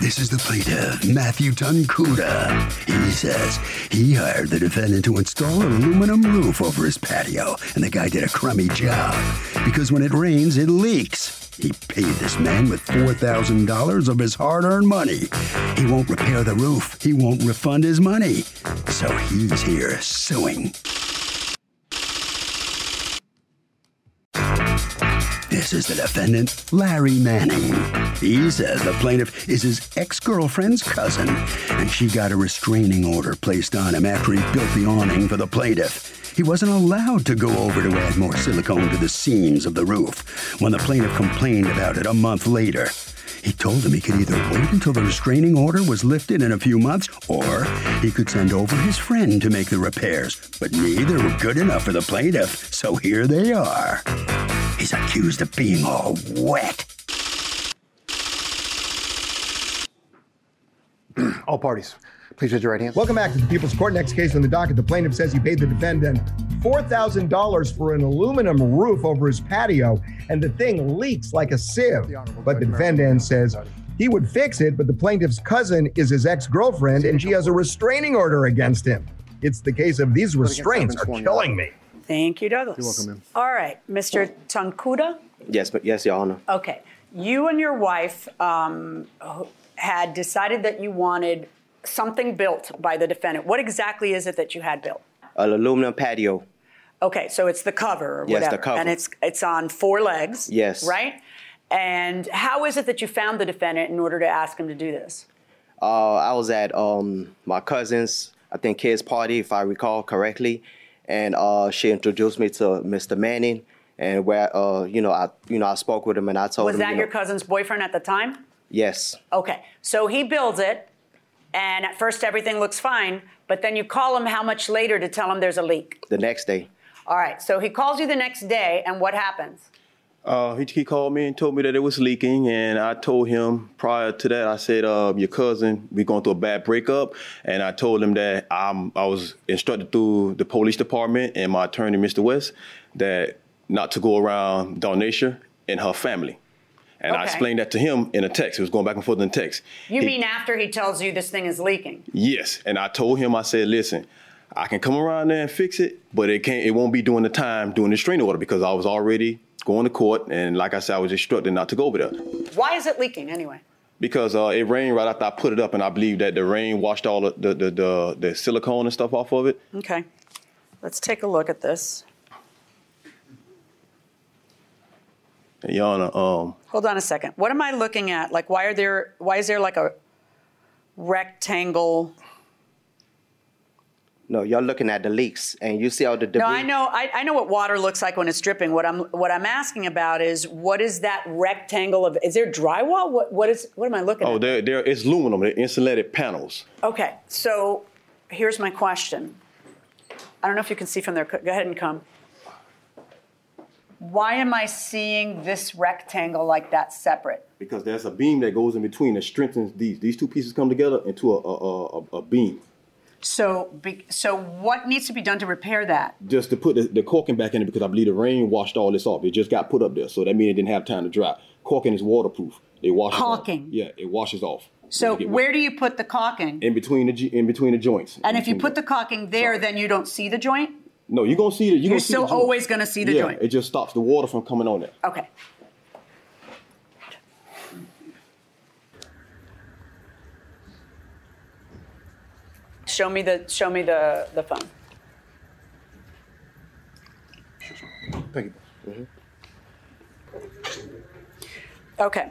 [SPEAKER 4] This is the plaintiff, Matthew Tunkuda. He says he hired the defendant to install an aluminum roof over his patio, and the guy did a crummy job because when it rains, it leaks. He paid this man with $4,000 of his hard earned money. He won't repair the roof, he won't refund his money. So he's here suing. This is the defendant, Larry Manning. He says the plaintiff is his ex girlfriend's cousin, and she got a restraining order placed on him after he built the awning for the plaintiff. He wasn't allowed to go over to add more silicone to the seams of the roof when the plaintiff complained about it a month later. He told him he could either wait until the restraining order was lifted in a few months, or he could send over his friend to make the repairs. But neither were good enough for the plaintiff, so here they are. He's accused of being all wet.
[SPEAKER 5] All parties, please raise your right hand.
[SPEAKER 8] Welcome back to the People's Court. Next case on the docket. The plaintiff says he paid the defendant $4,000 for an aluminum roof over his patio, and the thing leaks like a sieve. But the defendant says he would fix it, but the plaintiff's cousin is his ex girlfriend, and she has a restraining order against him. It's the case of these restraints are killing me.
[SPEAKER 3] Thank you, Douglas. You're
[SPEAKER 5] welcome, ma'am.
[SPEAKER 3] All right, Mr. Tunkuda.
[SPEAKER 6] Yes, but yes, Your Honor.
[SPEAKER 3] Okay, you and your wife um, had decided that you wanted something built by the defendant. What exactly is it that you had built?
[SPEAKER 6] An aluminum patio.
[SPEAKER 3] Okay, so it's the cover or
[SPEAKER 6] Yes, the
[SPEAKER 3] whatever,
[SPEAKER 6] cover.
[SPEAKER 3] and it's it's on four legs.
[SPEAKER 6] Yes.
[SPEAKER 3] Right. And how is it that you found the defendant in order to ask him to do this?
[SPEAKER 6] Uh, I was at um, my cousin's, I think, kid's party, if I recall correctly, and uh, she introduced me to Mr. Manning, and where uh, you know I you know I spoke with him and I told
[SPEAKER 3] Was
[SPEAKER 6] him.
[SPEAKER 3] that
[SPEAKER 6] you
[SPEAKER 3] your
[SPEAKER 6] know-
[SPEAKER 3] cousin's boyfriend at the time?
[SPEAKER 6] Yes.
[SPEAKER 3] Okay, so he builds it, and at first everything looks fine, but then you call him how much later to tell him there's a leak?
[SPEAKER 6] The next day,
[SPEAKER 3] All right, so he calls you the next day, and what happens?
[SPEAKER 9] Uh, he, he called me and told me that it was leaking, and I told him prior to that, I said, uh, "Your cousin, we going through a bad breakup," and I told him that I'm, I was instructed through the police department and my attorney, Mr. West, that not to go around Donatia and her family, and I
[SPEAKER 3] Okay.
[SPEAKER 9] explained that to him in a text. It was going back and forth in text.
[SPEAKER 3] You
[SPEAKER 9] He-
[SPEAKER 3] mean after he tells you this thing is leaking?
[SPEAKER 9] Yes, and I told him, I said, listen, I can come around there and fix it, but it can't. It won't be during the time doing the restraining order because I was already going to court, and like I said, I was instructed not to go over there
[SPEAKER 3] Why is it leaking anyway?
[SPEAKER 9] because uh, it rained right after I put it up, and I believe that the rain washed all the the the, the, the silicone and stuff off of it.
[SPEAKER 3] Okay, let's take a look at this.
[SPEAKER 9] And Your Honor, um,
[SPEAKER 3] Hold on a second. What am I looking at? Like, why are there? Why is there like a rectangle?
[SPEAKER 6] no, you're looking at the leaks, and you see all the debris.
[SPEAKER 3] No, I know. I, I know what water looks like when it's dripping. What I'm what I'm asking about is what is that rectangle of? Is there drywall? What what is? What am I looking
[SPEAKER 9] oh,
[SPEAKER 3] at?
[SPEAKER 9] there there it's aluminum, they're insulated panels.
[SPEAKER 3] Okay, so here's my question. I don't know if you can see from there. Go ahead and come. Why am I seeing this rectangle like that separate?
[SPEAKER 9] Because there's a beam that goes in between that strengthens these. These two pieces come together into a a, a, a beam.
[SPEAKER 3] So, be, so what needs to be done to repair that?
[SPEAKER 9] just to put the, the corking back in it because I believe the rain washed all this off. It just got put up there, so that means it didn't have time to dry. Corking is waterproof. It washes off.
[SPEAKER 3] Caulking.
[SPEAKER 9] Yeah, it washes off.
[SPEAKER 3] So
[SPEAKER 9] When you get
[SPEAKER 3] where do you put the caulking?
[SPEAKER 9] in between the jo- in between the joints.
[SPEAKER 3] And if you put the caulking there, then you don't see the joint?
[SPEAKER 9] no, you're gonna see the you're,
[SPEAKER 3] You're
[SPEAKER 9] gonna see the
[SPEAKER 3] still
[SPEAKER 9] joint.
[SPEAKER 3] always going to see the
[SPEAKER 9] yeah,
[SPEAKER 3] joint.
[SPEAKER 9] It just stops the water from coming on it.
[SPEAKER 3] Okay. Show me the show me the the phone.
[SPEAKER 5] Thank you.
[SPEAKER 6] Mm-hmm.
[SPEAKER 3] Okay.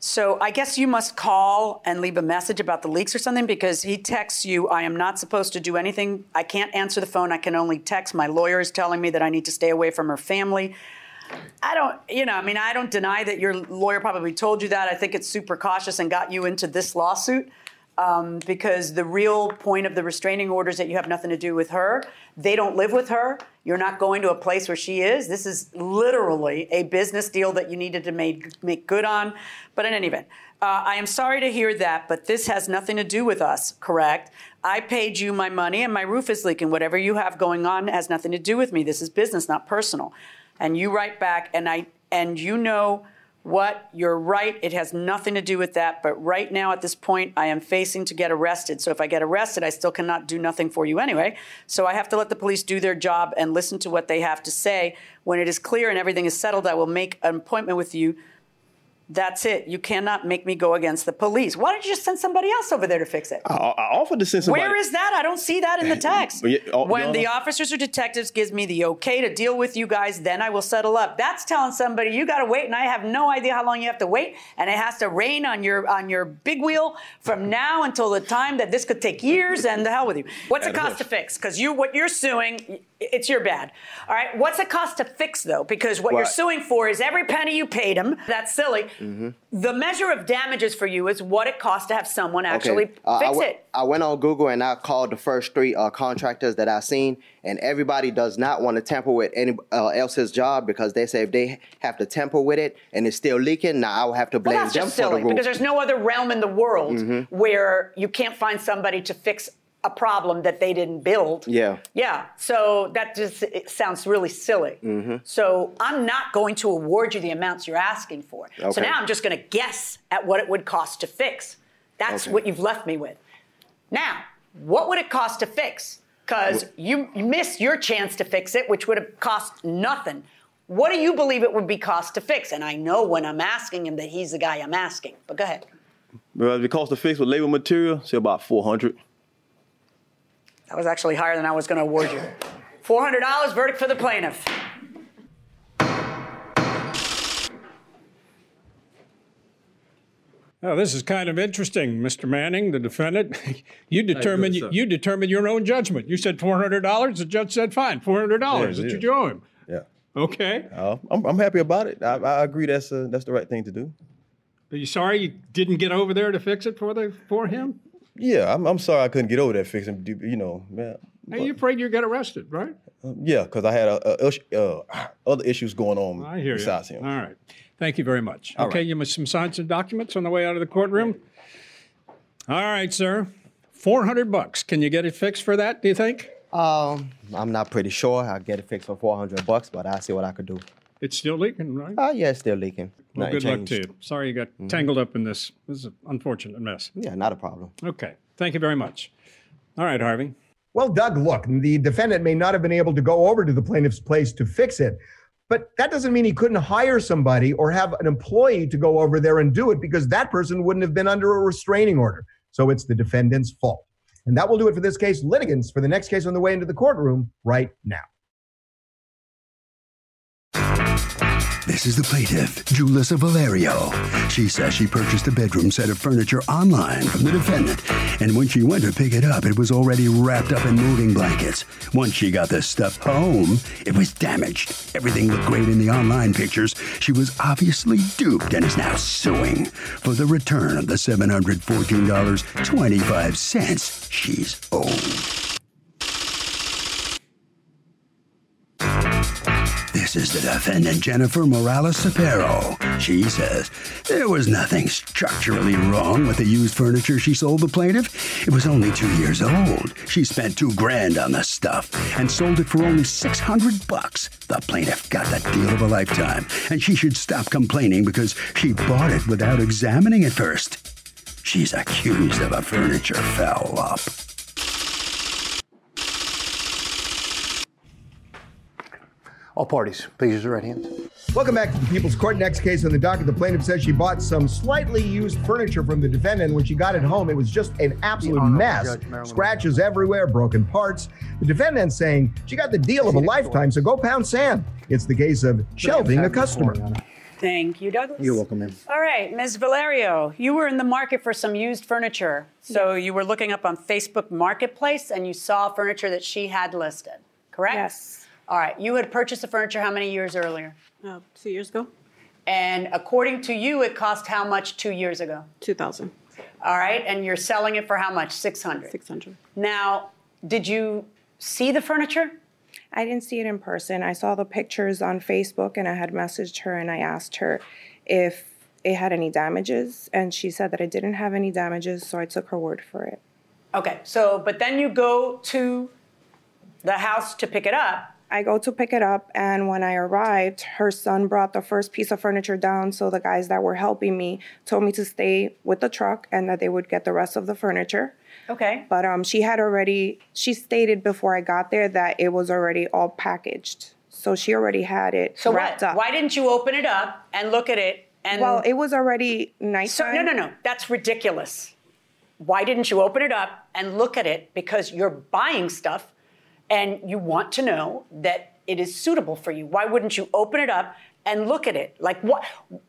[SPEAKER 3] So I guess you must call and leave a message about the leaks or something because he texts you, I am not supposed to do anything. I can't answer the phone. I can only text. My lawyer is telling me that I need to stay away from her family. I don't, you know, I mean, I don't deny that your lawyer probably told you that. I think it's super cautious and got you into this lawsuit um, because the real point of the restraining order is that you have nothing to do with her. They don't live with her. You're not going to a place where she is. This is literally a business deal that you needed to make, make good on. But in any event, uh, I am sorry to hear that, but this has nothing to do with us, correct? I paid you my money and my roof is leaking. Whatever you have going on has nothing to do with me. This is business, not personal and you write back and i and you know what you're right it has nothing to do with that but right now at this point i am facing to get arrested so if i get arrested i still cannot do nothing for you anyway so i have to let the police do their job and listen to what they have to say when it is clear and everything is settled i will make an appointment with you that's it you cannot make me go against the police why don't you just send somebody else over there to fix it
[SPEAKER 9] I, I offered to send somebody.
[SPEAKER 3] where is that? I don't see that in the text.
[SPEAKER 9] Yeah, oh,
[SPEAKER 3] when
[SPEAKER 9] Donna.
[SPEAKER 3] the officers or detectives gives me the okay to deal with you guys, then I will settle up. That's telling somebody you got to wait, and I have no idea how long you have to wait, and it has to rain on your on your big wheel from now until the time that this could take years. And the hell with you. What's it
[SPEAKER 10] Adam
[SPEAKER 3] cost to fix? Because you what you're suing, it's your bad. All right. What's it cost to fix though? Because what you're
[SPEAKER 10] Right.
[SPEAKER 3] suing for is every penny you paid him. That's silly.
[SPEAKER 11] Mm-hmm.
[SPEAKER 3] The measure of damages for you is what it costs to have someone actually
[SPEAKER 11] Okay. Uh, I
[SPEAKER 3] fix
[SPEAKER 11] w-
[SPEAKER 3] it.
[SPEAKER 11] I went on Google and I called the first three uh, contractors that I seen, and everybody does not want to tamper with any uh, else's job because they say if they have to tamper with it and it's still leaking, now I will have to blame
[SPEAKER 3] Well, that's
[SPEAKER 11] them
[SPEAKER 3] just
[SPEAKER 11] for
[SPEAKER 3] silly
[SPEAKER 11] the roof.
[SPEAKER 3] because there's no other realm in the world
[SPEAKER 11] Mhm.
[SPEAKER 3] where you can't find somebody to fix a problem that they didn't build.
[SPEAKER 11] yeah.
[SPEAKER 3] Yeah, so that just it sounds really silly.
[SPEAKER 11] Mm-hmm.
[SPEAKER 3] So I'm not going to award you the amounts you're asking for. So
[SPEAKER 11] Okay.
[SPEAKER 3] now I'm just going to guess at what it would cost to fix. That's
[SPEAKER 11] Okay.
[SPEAKER 3] what you've left me with. Now, what would it cost to fix? Because you missed your chance to fix it, which would have cost nothing. What do you believe it would be cost to fix? And I know when I'm asking him that he's the guy I'm asking. But go ahead.
[SPEAKER 9] Well, the cost to fix with labor material, say about four hundred.
[SPEAKER 3] That was actually higher than I was going to award you. $400 verdict for the plaintiff.
[SPEAKER 7] Now, Oh, this is kind of interesting, Mr. Manning, the defendant. You determine
[SPEAKER 12] sir.
[SPEAKER 7] you, determine your own judgment. You said four hundred dollars. The judge said, "Fine, four hundred dollars."
[SPEAKER 9] Yeah,
[SPEAKER 7] That
[SPEAKER 9] yeah.
[SPEAKER 7] you owe him.
[SPEAKER 9] Yeah.
[SPEAKER 7] Okay.
[SPEAKER 9] Uh, I'm, I'm happy about it. I, I agree that's uh that's the right thing to do.
[SPEAKER 7] Are you sorry you didn't get over there to fix it for the for him?
[SPEAKER 9] Yeah, I'm, I'm sorry I couldn't get over that fixing. You know, man.
[SPEAKER 7] Now you afraid you get arrested, right?
[SPEAKER 9] Um, yeah, because I had a, a, ish- uh, other issues going on
[SPEAKER 7] I hear
[SPEAKER 9] besides
[SPEAKER 7] you.
[SPEAKER 9] him.
[SPEAKER 7] All right. Thank you very much.
[SPEAKER 9] All
[SPEAKER 7] okay, you must some sign some documents on the way out of the courtroom. All right, sir. Four hundred bucks. Can you get it fixed for that? Do you think?
[SPEAKER 11] Um, I'm not pretty sure. I'll get it fixed for 400 bucks, but I'll see what I could do.
[SPEAKER 7] It's still leaking, right?
[SPEAKER 11] Oh, yeah, it's still leaking.
[SPEAKER 7] Well,
[SPEAKER 11] Nothing
[SPEAKER 7] good luck
[SPEAKER 11] changed. Mm-hmm.
[SPEAKER 7] to you. Sorry you got tangled up in this. This is an unfortunate mess.
[SPEAKER 11] Yeah, not a problem.
[SPEAKER 7] Okay. Thank you very much. All right, Harvey.
[SPEAKER 8] Well, Doug, look, the defendant may not have been able to go over to the plaintiff's place to fix it, but that doesn't mean he couldn't hire somebody or have an employee to go over there and do it because that person wouldn't have been under a restraining order. So it's the defendant's fault. And that will do it for this case. Litigants for the next case on the way into the courtroom right now.
[SPEAKER 4] This is the plaintiff, Julissa Valerio. She says she purchased a bedroom set of furniture online from the defendant, and when she went to pick it up, it was already wrapped up in moving blankets. Once she got the stuff home, it was damaged. Everything looked great in the online pictures. She was obviously duped and is now suing for the return of the $714.25 she's owed. This is the defendant Jennifer Morales Sapero. She says there was nothing structurally wrong with the used furniture she sold the plaintiff. It was only two years old. She spent two grand on the stuff and sold it for only 600 bucks. The plaintiff got the deal of a lifetime, and she should stop complaining because she bought it without examining it first. She's accused of a furniture foul up.
[SPEAKER 5] All parties, please use your right hands.
[SPEAKER 8] Welcome back to the People's Court. Next case on the docket, the plaintiff says she bought some slightly used furniture from the defendant. When she got it home, it was just an absolute
[SPEAKER 5] Honorable
[SPEAKER 8] mess.
[SPEAKER 5] Judge Marilyn
[SPEAKER 8] Scratches everywhere, broken parts. The defendant saying she got the deal of a lifetime, so go pound sand. It's the case of shelving a customer.
[SPEAKER 3] Thank you, Douglas.
[SPEAKER 8] You're welcome, ma'am.
[SPEAKER 3] All right, Ms. Valerio, you were in the market for some used furniture. So you were looking up on Facebook Marketplace and you saw furniture that she had listed, correct? Yes. All right, you had purchased the furniture how many years earlier?
[SPEAKER 10] Uh, two years ago,
[SPEAKER 3] And according to you, it cost how much two years ago?
[SPEAKER 10] 2000.
[SPEAKER 3] All right, and you're selling it for how much? 600.
[SPEAKER 10] 600.
[SPEAKER 3] Now, did you see the furniture?
[SPEAKER 10] I didn't see it in person. I saw the pictures on Facebook and I had messaged her and I asked her if it had any damages. And she said that it didn't have any damages, so I took her word for it.
[SPEAKER 3] Okay, so, but then you go to the house to pick it up.
[SPEAKER 10] I go to pick it up, and when I arrived, her son brought the first piece of furniture down. So the guys that were helping me told me to stay with the truck and that they would get the rest of the furniture.
[SPEAKER 3] Okay.
[SPEAKER 10] But um, she had already, she stated before I got there that it was already all packaged. So she already had it
[SPEAKER 3] So
[SPEAKER 10] wrapped
[SPEAKER 3] what?
[SPEAKER 10] up.
[SPEAKER 3] Why didn't you open it up and look at it and
[SPEAKER 10] well, it was already nice.
[SPEAKER 3] So no no no, that's ridiculous. Why didn't you open it up and look at it because you're buying stuff and you want to know that it is suitable for you. Why wouldn't you open it up and look at it? Like what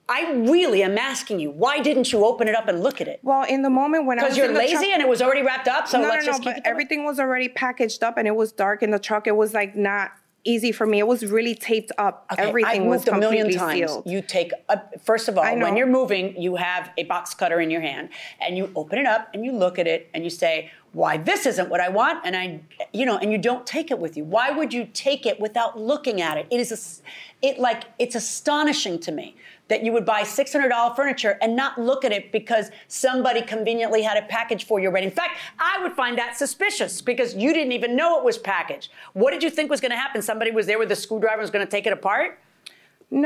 [SPEAKER 3] I really am asking you, why didn't you open it up and look at it?
[SPEAKER 10] Well, in the moment when I
[SPEAKER 3] Because
[SPEAKER 10] was
[SPEAKER 3] you're
[SPEAKER 10] in the
[SPEAKER 3] lazy
[SPEAKER 10] truck-
[SPEAKER 3] and it was already wrapped up, so
[SPEAKER 10] no,
[SPEAKER 3] let's
[SPEAKER 10] no, no,
[SPEAKER 3] just keep
[SPEAKER 10] but everything was already packaged up and it was dark in the truck. It was like not easy for me. It was really taped up.
[SPEAKER 3] Okay,
[SPEAKER 10] everything
[SPEAKER 3] I've
[SPEAKER 10] was
[SPEAKER 3] moved a
[SPEAKER 10] completely
[SPEAKER 3] million times.
[SPEAKER 10] sealed.
[SPEAKER 3] You take a, first of all,
[SPEAKER 10] know.
[SPEAKER 3] when you're moving, you have a box cutter in your hand, and you open it up and you look at it and you say, "Why this isn't what I want?" And I, you know, and you don't take it with you. Why would you take it without looking at it? It is, a s it like it's astonishing to me that you would buy six hundred dollar furniture and not look at it because somebody conveniently had a package for you already. In fact, I would find that suspicious because you didn't even know it was packaged. What did you think was going to happen? Somebody was there with a screwdriver and was going to take it apart.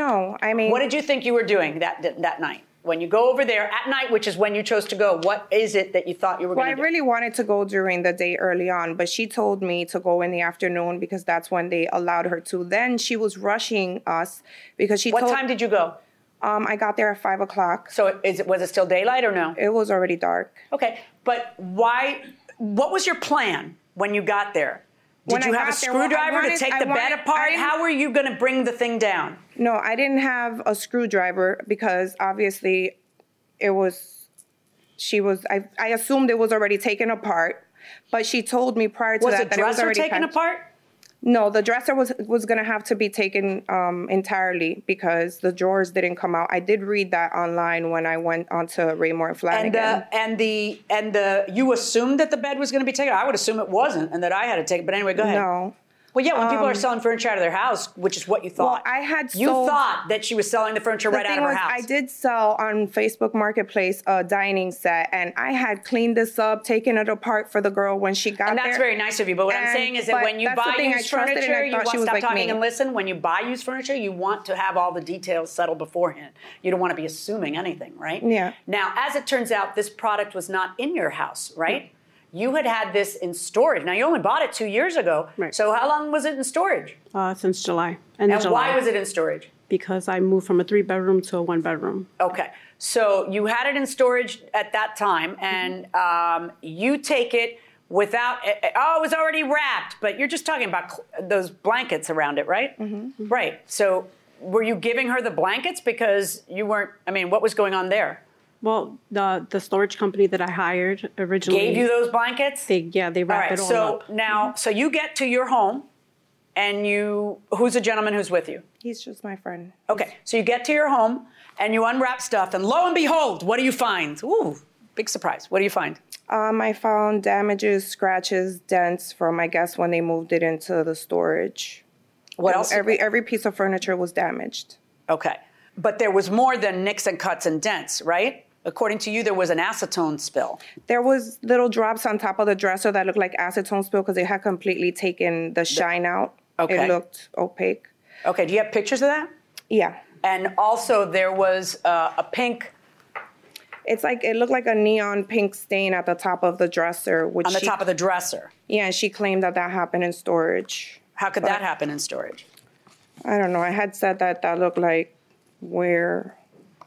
[SPEAKER 10] No, I mean.
[SPEAKER 3] What did you think you were doing that that night? When you go over there at night, which is when you chose to go, what is it that you thought you were
[SPEAKER 10] Well, I
[SPEAKER 3] going to
[SPEAKER 10] really wanted to go during the day early on, but she told me to go in the afternoon because that's when they allowed her to. Then she was rushing us because she.
[SPEAKER 3] What
[SPEAKER 10] told,
[SPEAKER 3] time did you go?
[SPEAKER 10] Um, I got there at five o'clock.
[SPEAKER 3] So is it was it still daylight or no?
[SPEAKER 10] It was already dark.
[SPEAKER 3] do? Okay, but why? What was your plan when you got there? Did
[SPEAKER 10] When I
[SPEAKER 3] you have a
[SPEAKER 10] got there, well, I
[SPEAKER 3] screwdriver
[SPEAKER 10] wanted-
[SPEAKER 3] to take
[SPEAKER 10] I
[SPEAKER 3] the bed
[SPEAKER 10] wanted- I
[SPEAKER 3] apart?
[SPEAKER 10] didn't-
[SPEAKER 3] How were you going to bring the thing down?
[SPEAKER 10] No, I didn't have a screwdriver because obviously it was she was I, I assumed it was already taken apart, but she told me prior to
[SPEAKER 3] Was
[SPEAKER 10] that
[SPEAKER 3] the
[SPEAKER 10] that it was
[SPEAKER 3] dresser
[SPEAKER 10] already
[SPEAKER 3] taken
[SPEAKER 10] packed.
[SPEAKER 3] apart?
[SPEAKER 10] No, the dresser was was gonna have to be taken um, entirely because the drawers didn't come out. I did read that online when I went onto Raymore and
[SPEAKER 3] And
[SPEAKER 10] Flanagan.
[SPEAKER 3] the and the and the you assumed that the bed was going to be taken. I would assume it wasn't, and that I had to take it. But anyway, go ahead.
[SPEAKER 10] No.
[SPEAKER 3] Well, yeah, when people are
[SPEAKER 10] Um,
[SPEAKER 3] selling furniture out of their house, which is what you thought. I
[SPEAKER 10] had
[SPEAKER 3] you
[SPEAKER 10] sold-
[SPEAKER 3] thought that she was selling the furniture
[SPEAKER 10] The
[SPEAKER 3] right out
[SPEAKER 10] thing
[SPEAKER 3] of her
[SPEAKER 10] was,
[SPEAKER 3] house.
[SPEAKER 10] I did sell on Facebook Marketplace a dining set, and I had cleaned this up, taken it apart for the girl when she got
[SPEAKER 3] and that's
[SPEAKER 10] there.
[SPEAKER 3] very nice of you. But what I'm
[SPEAKER 10] And-
[SPEAKER 3] saying is that
[SPEAKER 10] but
[SPEAKER 3] when you
[SPEAKER 10] that's the
[SPEAKER 3] buy
[SPEAKER 10] thing, I
[SPEAKER 3] used
[SPEAKER 10] trusted and I
[SPEAKER 3] furniture, you
[SPEAKER 10] thought
[SPEAKER 3] want
[SPEAKER 10] she
[SPEAKER 3] to
[SPEAKER 10] was
[SPEAKER 3] stop
[SPEAKER 10] like
[SPEAKER 3] talking
[SPEAKER 10] me.
[SPEAKER 3] and listen. When you buy used furniture, you want to have all the details settled beforehand. You don't want to be assuming anything, right?
[SPEAKER 10] Yeah.
[SPEAKER 3] Now, as it turns out, this product was not in your house, right?
[SPEAKER 10] Mm.
[SPEAKER 3] You had had this in storage. Now you only bought it two years ago. Right. So how long was it in storage?
[SPEAKER 10] Uh, since July. End of
[SPEAKER 3] and why
[SPEAKER 10] July.
[SPEAKER 3] was it in storage?
[SPEAKER 10] Because I moved from a three bedroom to a one bedroom.
[SPEAKER 3] Okay, so you had it in storage at that time, and
[SPEAKER 10] Mm-hmm.
[SPEAKER 3] um, you take it without. eh, eh, Oh, it was already wrapped, but you're just talking about cl- those blankets around it, right? Mm-hmm. Right. So, were you giving her the blankets because you weren't? I mean, what was going on there?
[SPEAKER 10] Well, the the storage company that I hired originally
[SPEAKER 3] Gave you those blankets?
[SPEAKER 10] They yeah, they
[SPEAKER 3] All
[SPEAKER 10] wrap
[SPEAKER 3] right.
[SPEAKER 10] it all
[SPEAKER 3] So
[SPEAKER 10] up. Mm-hmm.
[SPEAKER 3] now, so you get to your home, and you who's the gentleman who's with you?
[SPEAKER 10] He's just my friend.
[SPEAKER 3] Okay, so you get to your home and you unwrap stuff, and lo and behold, what do you find? Ooh, big surprise. What do you find?
[SPEAKER 10] Um, I found damages, scratches, dents from I guess when they moved it into the storage. Um,
[SPEAKER 3] What else?
[SPEAKER 10] Every every piece of furniture was damaged.
[SPEAKER 3] Okay. But there was more than nicks and cuts and dents, right? According to you, there was an acetone spill.
[SPEAKER 10] There was little drops on top of the dresser that looked like acetone spill because they had completely taken the shine out.
[SPEAKER 3] Okay.
[SPEAKER 10] It looked opaque.
[SPEAKER 3] Okay. Do you have pictures of that?
[SPEAKER 10] Yeah.
[SPEAKER 3] And also, there was uh, a pink
[SPEAKER 10] It's like it looked like a neon pink stain at the top of the dresser, which
[SPEAKER 3] on the
[SPEAKER 10] she-
[SPEAKER 3] top of the dresser.
[SPEAKER 10] Yeah, and she claimed that that happened in storage.
[SPEAKER 3] How could that happen in storage?
[SPEAKER 10] I don't know. I had said that that looked like wear.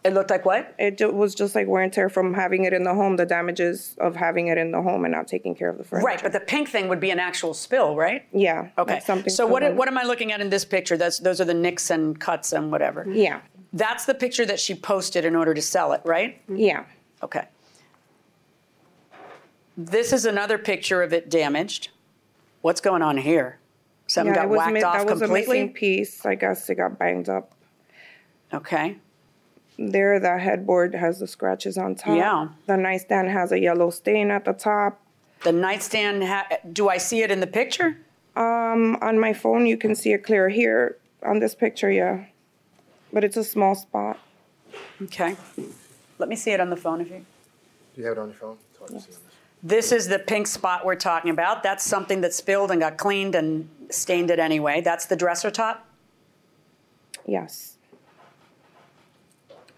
[SPEAKER 3] It looked like what?
[SPEAKER 10] It ju- was just like wear and tear from having it in the home, the damages of having it in the home and not taking care of the furniture.
[SPEAKER 3] Right, but the pink thing would be an actual spill, right?
[SPEAKER 10] Yeah.
[SPEAKER 3] Okay.
[SPEAKER 10] like something
[SPEAKER 3] so what,
[SPEAKER 10] similar.
[SPEAKER 3] what am I looking at in this picture? That's those are the nicks and cuts and whatever.
[SPEAKER 10] Yeah.
[SPEAKER 3] That's the picture that she posted in order to sell it, right?
[SPEAKER 10] Yeah.
[SPEAKER 3] Okay. This is another picture of it damaged. What's going on here? Something
[SPEAKER 10] Yeah, it
[SPEAKER 3] got
[SPEAKER 10] was
[SPEAKER 3] whacked
[SPEAKER 10] mi-
[SPEAKER 3] off
[SPEAKER 10] that was
[SPEAKER 3] completely.
[SPEAKER 10] a missing piece. I guess it got banged up.
[SPEAKER 3] Okay.
[SPEAKER 10] There, the headboard has the scratches on top.
[SPEAKER 3] Yeah.
[SPEAKER 10] The nightstand has a yellow stain at the top.
[SPEAKER 3] The nightstand. Ha- do I see it in the picture?
[SPEAKER 10] Um, on my phone, you can see it clear here on this picture. Yeah, but it's a small spot.
[SPEAKER 3] Okay. Let me see it on the phone if you.
[SPEAKER 5] Do you have it on your phone? It's hard to see.
[SPEAKER 3] This is the pink spot we're talking about. That's something that spilled and got cleaned and stained it anyway. That's the dresser top.
[SPEAKER 10] Yes.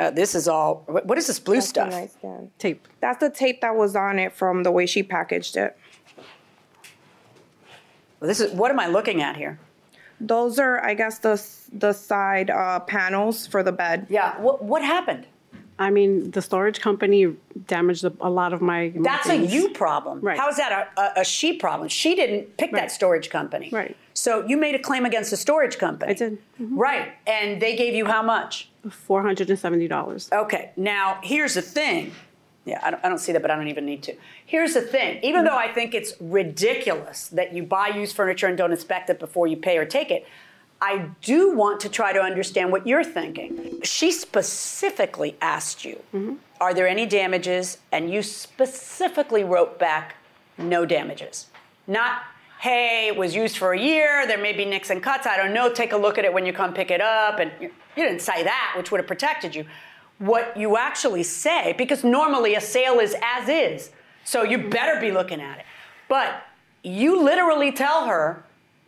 [SPEAKER 3] Uh, this is all. wh- What is this blue
[SPEAKER 10] That's the
[SPEAKER 3] stuff?
[SPEAKER 10] nightstand.
[SPEAKER 3] Tape.
[SPEAKER 10] That's the tape that was on it from the way she packaged it.
[SPEAKER 3] This is. What am I looking at here?
[SPEAKER 10] Those are, I guess, the s- the side uh, panels for the bed.
[SPEAKER 3] Yeah. What what happened?
[SPEAKER 12] I mean, the storage company damaged a, a lot of my. my
[SPEAKER 3] That's a
[SPEAKER 12] things.
[SPEAKER 3] you problem.
[SPEAKER 12] Right.
[SPEAKER 3] How's that a, a, a she problem? She didn't pick that storage company. Right. So you made a claim against the storage company. I did. Mm-hmm. Right. And they gave you how much?
[SPEAKER 12] Four hundred and seventy dollars.
[SPEAKER 3] Okay. Now, here's the thing. Yeah, I don't, I don't see that, but I don't even need to. Here's the thing. Even though I think it's ridiculous that you buy used furniture and don't inspect it before you pay or take it, I do want to try to understand what you're thinking. She specifically asked you,
[SPEAKER 10] mm-hmm.
[SPEAKER 3] Are there any damages? And you specifically wrote back, No damages. Not, Hey, it was used for a year. There may be nicks and cuts. I don't know. Take a look at it when you come pick it up. And you you didn't say that, which would have protected you what you actually say because normally a sale is as is. So you better be looking at it. But you literally tell her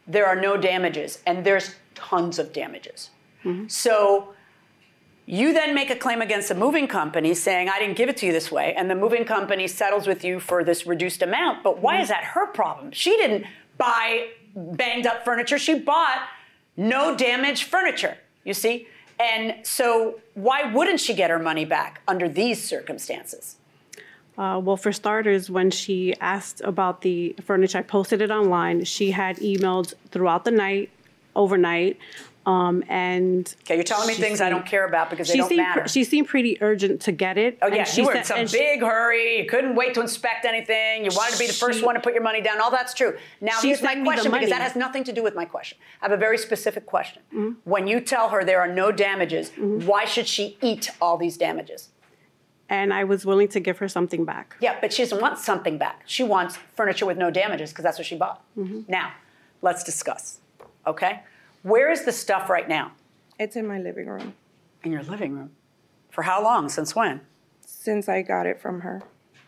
[SPEAKER 3] there are no damages and there's tons of damages. So you then make a claim against the moving company saying, I didn't give it to you this way. And the moving company settles with you for this reduced amount. But why is that her problem? She didn't buy banged up furniture, she bought no damaged furniture, you see? And so why wouldn't she get her money back under these circumstances?
[SPEAKER 12] Uh, well, for starters, when she asked about the furniture, I posted it online. She had emailed throughout the night, overnight, um, and
[SPEAKER 3] Okay, you're telling me
[SPEAKER 12] she
[SPEAKER 3] things I don't
[SPEAKER 12] seemed-
[SPEAKER 3] care about because they
[SPEAKER 12] she
[SPEAKER 3] don't
[SPEAKER 12] seemed,
[SPEAKER 3] matter.
[SPEAKER 12] She seemed pretty urgent to get it.
[SPEAKER 3] Oh yeah,
[SPEAKER 12] and
[SPEAKER 3] you were in
[SPEAKER 12] said-
[SPEAKER 3] some
[SPEAKER 12] and she-
[SPEAKER 3] big hurry. You couldn't wait to inspect anything. You wanted to be the first
[SPEAKER 12] She-
[SPEAKER 3] one to put your money down. All that's true. Now
[SPEAKER 12] She
[SPEAKER 3] here's my
[SPEAKER 12] sent me the
[SPEAKER 3] question because that
[SPEAKER 12] money.
[SPEAKER 3] has nothing to do with my question. I have a very specific question.
[SPEAKER 12] Mm-hmm.
[SPEAKER 3] When you tell her there are no damages, why should she eat all these damages?
[SPEAKER 12] and I was willing to give her something back.
[SPEAKER 3] Yeah, but she doesn't want something back. She wants furniture with no damages because that's what she bought.
[SPEAKER 12] Mm-hmm.
[SPEAKER 3] Now, let's discuss. Okay? Where is the stuff right now?
[SPEAKER 10] It's in my living room
[SPEAKER 3] In your living room. For how long? Since when?
[SPEAKER 10] since I got it from her.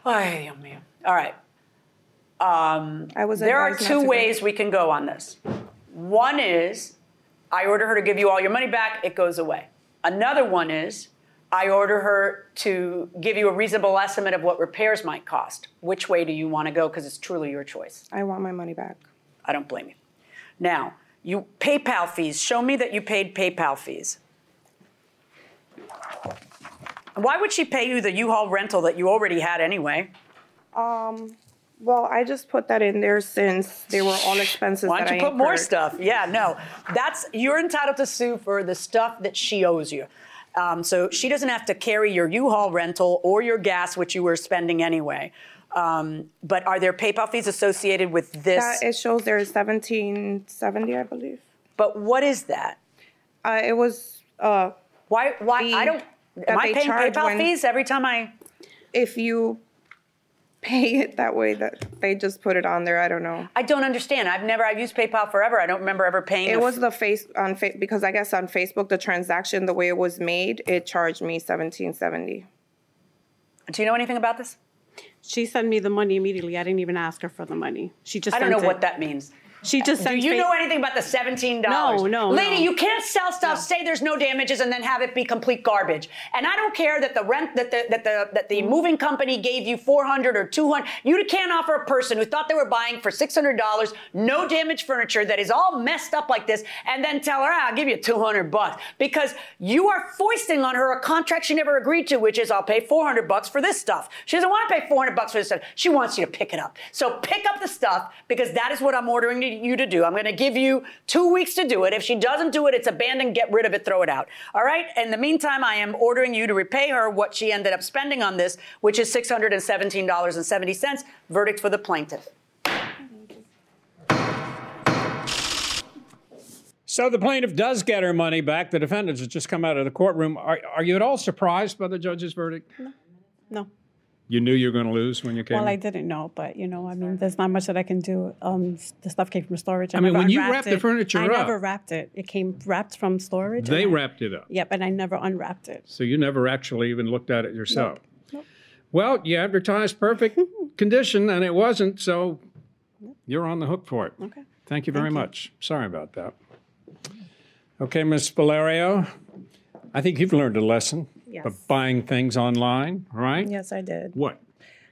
[SPEAKER 3] Ay, Dios mío. All right. Um,
[SPEAKER 10] I was
[SPEAKER 3] there are
[SPEAKER 10] advised not
[SPEAKER 3] two
[SPEAKER 10] to go.
[SPEAKER 3] ways we can go on this. One is I order her to give you all your money back, it goes away. Another one is I order her to give you a reasonable estimate of what repairs might cost. Which way do you want to go? Because it's truly your choice.
[SPEAKER 10] I want my money back.
[SPEAKER 3] I don't blame you. Now, you PayPal fees. Show me that you paid PayPal fees. Why would she pay you the U-Haul rental that you already had anyway?
[SPEAKER 10] Um, well, I just put that in there since they were all expenses.
[SPEAKER 3] Why don't
[SPEAKER 10] that
[SPEAKER 3] you
[SPEAKER 10] I
[SPEAKER 3] put more
[SPEAKER 10] incurred.
[SPEAKER 3] stuff? Yeah, no, that's you're entitled to sue for the stuff that she owes you. Um, so she doesn't have to carry your U-Haul rental or your gas, which you were spending anyway. Um, but are there PayPal fees associated with this?
[SPEAKER 10] That, it shows there is seventeen seventy, I believe.
[SPEAKER 3] But what is that?
[SPEAKER 10] Uh, it was. Uh,
[SPEAKER 3] why? Why
[SPEAKER 10] I
[SPEAKER 3] don't- Am I paying PayPal fees every time I?
[SPEAKER 10] If you pay it that way. That they just put it on there. I don't know.
[SPEAKER 3] I don't understand. I've never. I've used PayPal forever. I don't remember ever paying.
[SPEAKER 10] It
[SPEAKER 3] a-
[SPEAKER 10] was the face on fa- because I guess on Facebook the transaction the way it was made it charged me seventeen seventy.
[SPEAKER 3] Do you know anything about this?
[SPEAKER 12] She sent me the money immediately. I didn't even ask her for the money. She just.
[SPEAKER 3] I don't
[SPEAKER 12] sent
[SPEAKER 3] know
[SPEAKER 12] it.
[SPEAKER 3] what that means.
[SPEAKER 12] She just.
[SPEAKER 3] Do
[SPEAKER 12] sends
[SPEAKER 3] you
[SPEAKER 12] fa-
[SPEAKER 3] know anything about the seventeen dollars?
[SPEAKER 12] No, no,
[SPEAKER 3] lady,
[SPEAKER 12] no.
[SPEAKER 3] you can't sell stuff, say there's no damages, and then have it be complete garbage. And I don't care that the rent that the that the that the moving company gave you four hundred or two hundred. You can't offer a person who thought they were buying for six hundred dollars no damaged furniture that is all messed up like this, and then tell her "Ah, I'll give you two hundred bucks because you are foisting on her a contract she never agreed to, which is I'll pay four hundred bucks for this stuff. She doesn't want to pay four hundred bucks for this stuff. She wants you to pick it up. So pick up the stuff because that is what I'm ordering you to do. I'm going to give you two weeks to do it. If she doesn't do it, it's abandoned. Get rid of it. Throw it out. All right. In the meantime, I am ordering you to repay her what she ended up spending on this, which is six hundred and seventeen dollars and seventy cents. Verdict for the plaintiff.
[SPEAKER 7] So the plaintiff does get her money back. The defendants have just come out of the courtroom. Are, are you at all surprised by the judge's verdict?
[SPEAKER 12] No.
[SPEAKER 7] You knew you were going to lose when you came.
[SPEAKER 12] Well, I
[SPEAKER 7] in?
[SPEAKER 12] didn't know, but you know, I mean, there's not much that I can do. Um, s- the stuff came from storage.
[SPEAKER 7] I mean,
[SPEAKER 12] never
[SPEAKER 7] when you
[SPEAKER 12] unwrapped
[SPEAKER 7] wrap the
[SPEAKER 12] it.
[SPEAKER 7] furniture
[SPEAKER 12] I
[SPEAKER 7] up-
[SPEAKER 12] never wrapped it. It came wrapped from storage.
[SPEAKER 7] They
[SPEAKER 12] and I-
[SPEAKER 7] wrapped it up.
[SPEAKER 12] Yep, and I never unwrapped it.
[SPEAKER 7] So you never actually even looked at it yourself. Well, you advertised perfect condition and it wasn't, so you're on the hook for it. Okay. Thank you very much. Sorry about that. Okay, Ms. Valerio, I think you've learned a lesson
[SPEAKER 10] Yes.
[SPEAKER 7] of buying things online, right?
[SPEAKER 10] Yes, I did.
[SPEAKER 7] What?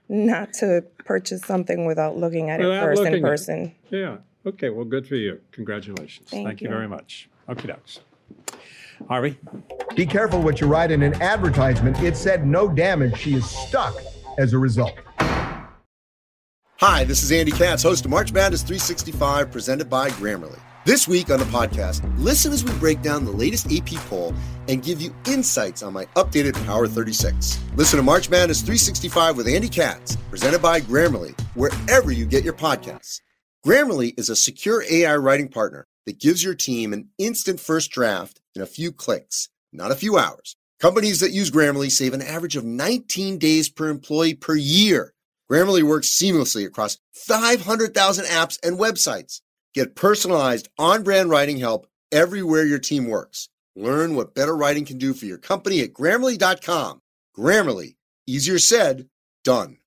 [SPEAKER 10] Not to purchase something without looking at it
[SPEAKER 7] Without
[SPEAKER 10] first
[SPEAKER 7] looking
[SPEAKER 10] in
[SPEAKER 7] at it.
[SPEAKER 10] person.
[SPEAKER 7] Yeah. Okay. Well, good for you. Congratulations.
[SPEAKER 10] Thank
[SPEAKER 7] you.
[SPEAKER 10] you.
[SPEAKER 7] very much. Okay, docs. Harvey?
[SPEAKER 8] Be careful what you write in an advertisement. It said no damage. She is stuck as a result.
[SPEAKER 1] Hi, this is Andy Katz, host of March Madness 365, presented by Grammarly. This week on the podcast, listen as we break down the latest AP poll and give you insights on my updated Power 36. Listen to March Madness 365 with Andy Katz, presented by Grammarly, wherever you get your podcasts. Grammarly is a secure AI writing partner that gives your team an instant first draft in a few clicks, not a few hours. Companies that use Grammarly save an average of 19 days per employee per year. Grammarly works seamlessly across 500,000 apps and websites. Get personalized on brand writing help everywhere your team works. Learn what better writing can do for your company at grammarly.com. Grammarly, easier said, done.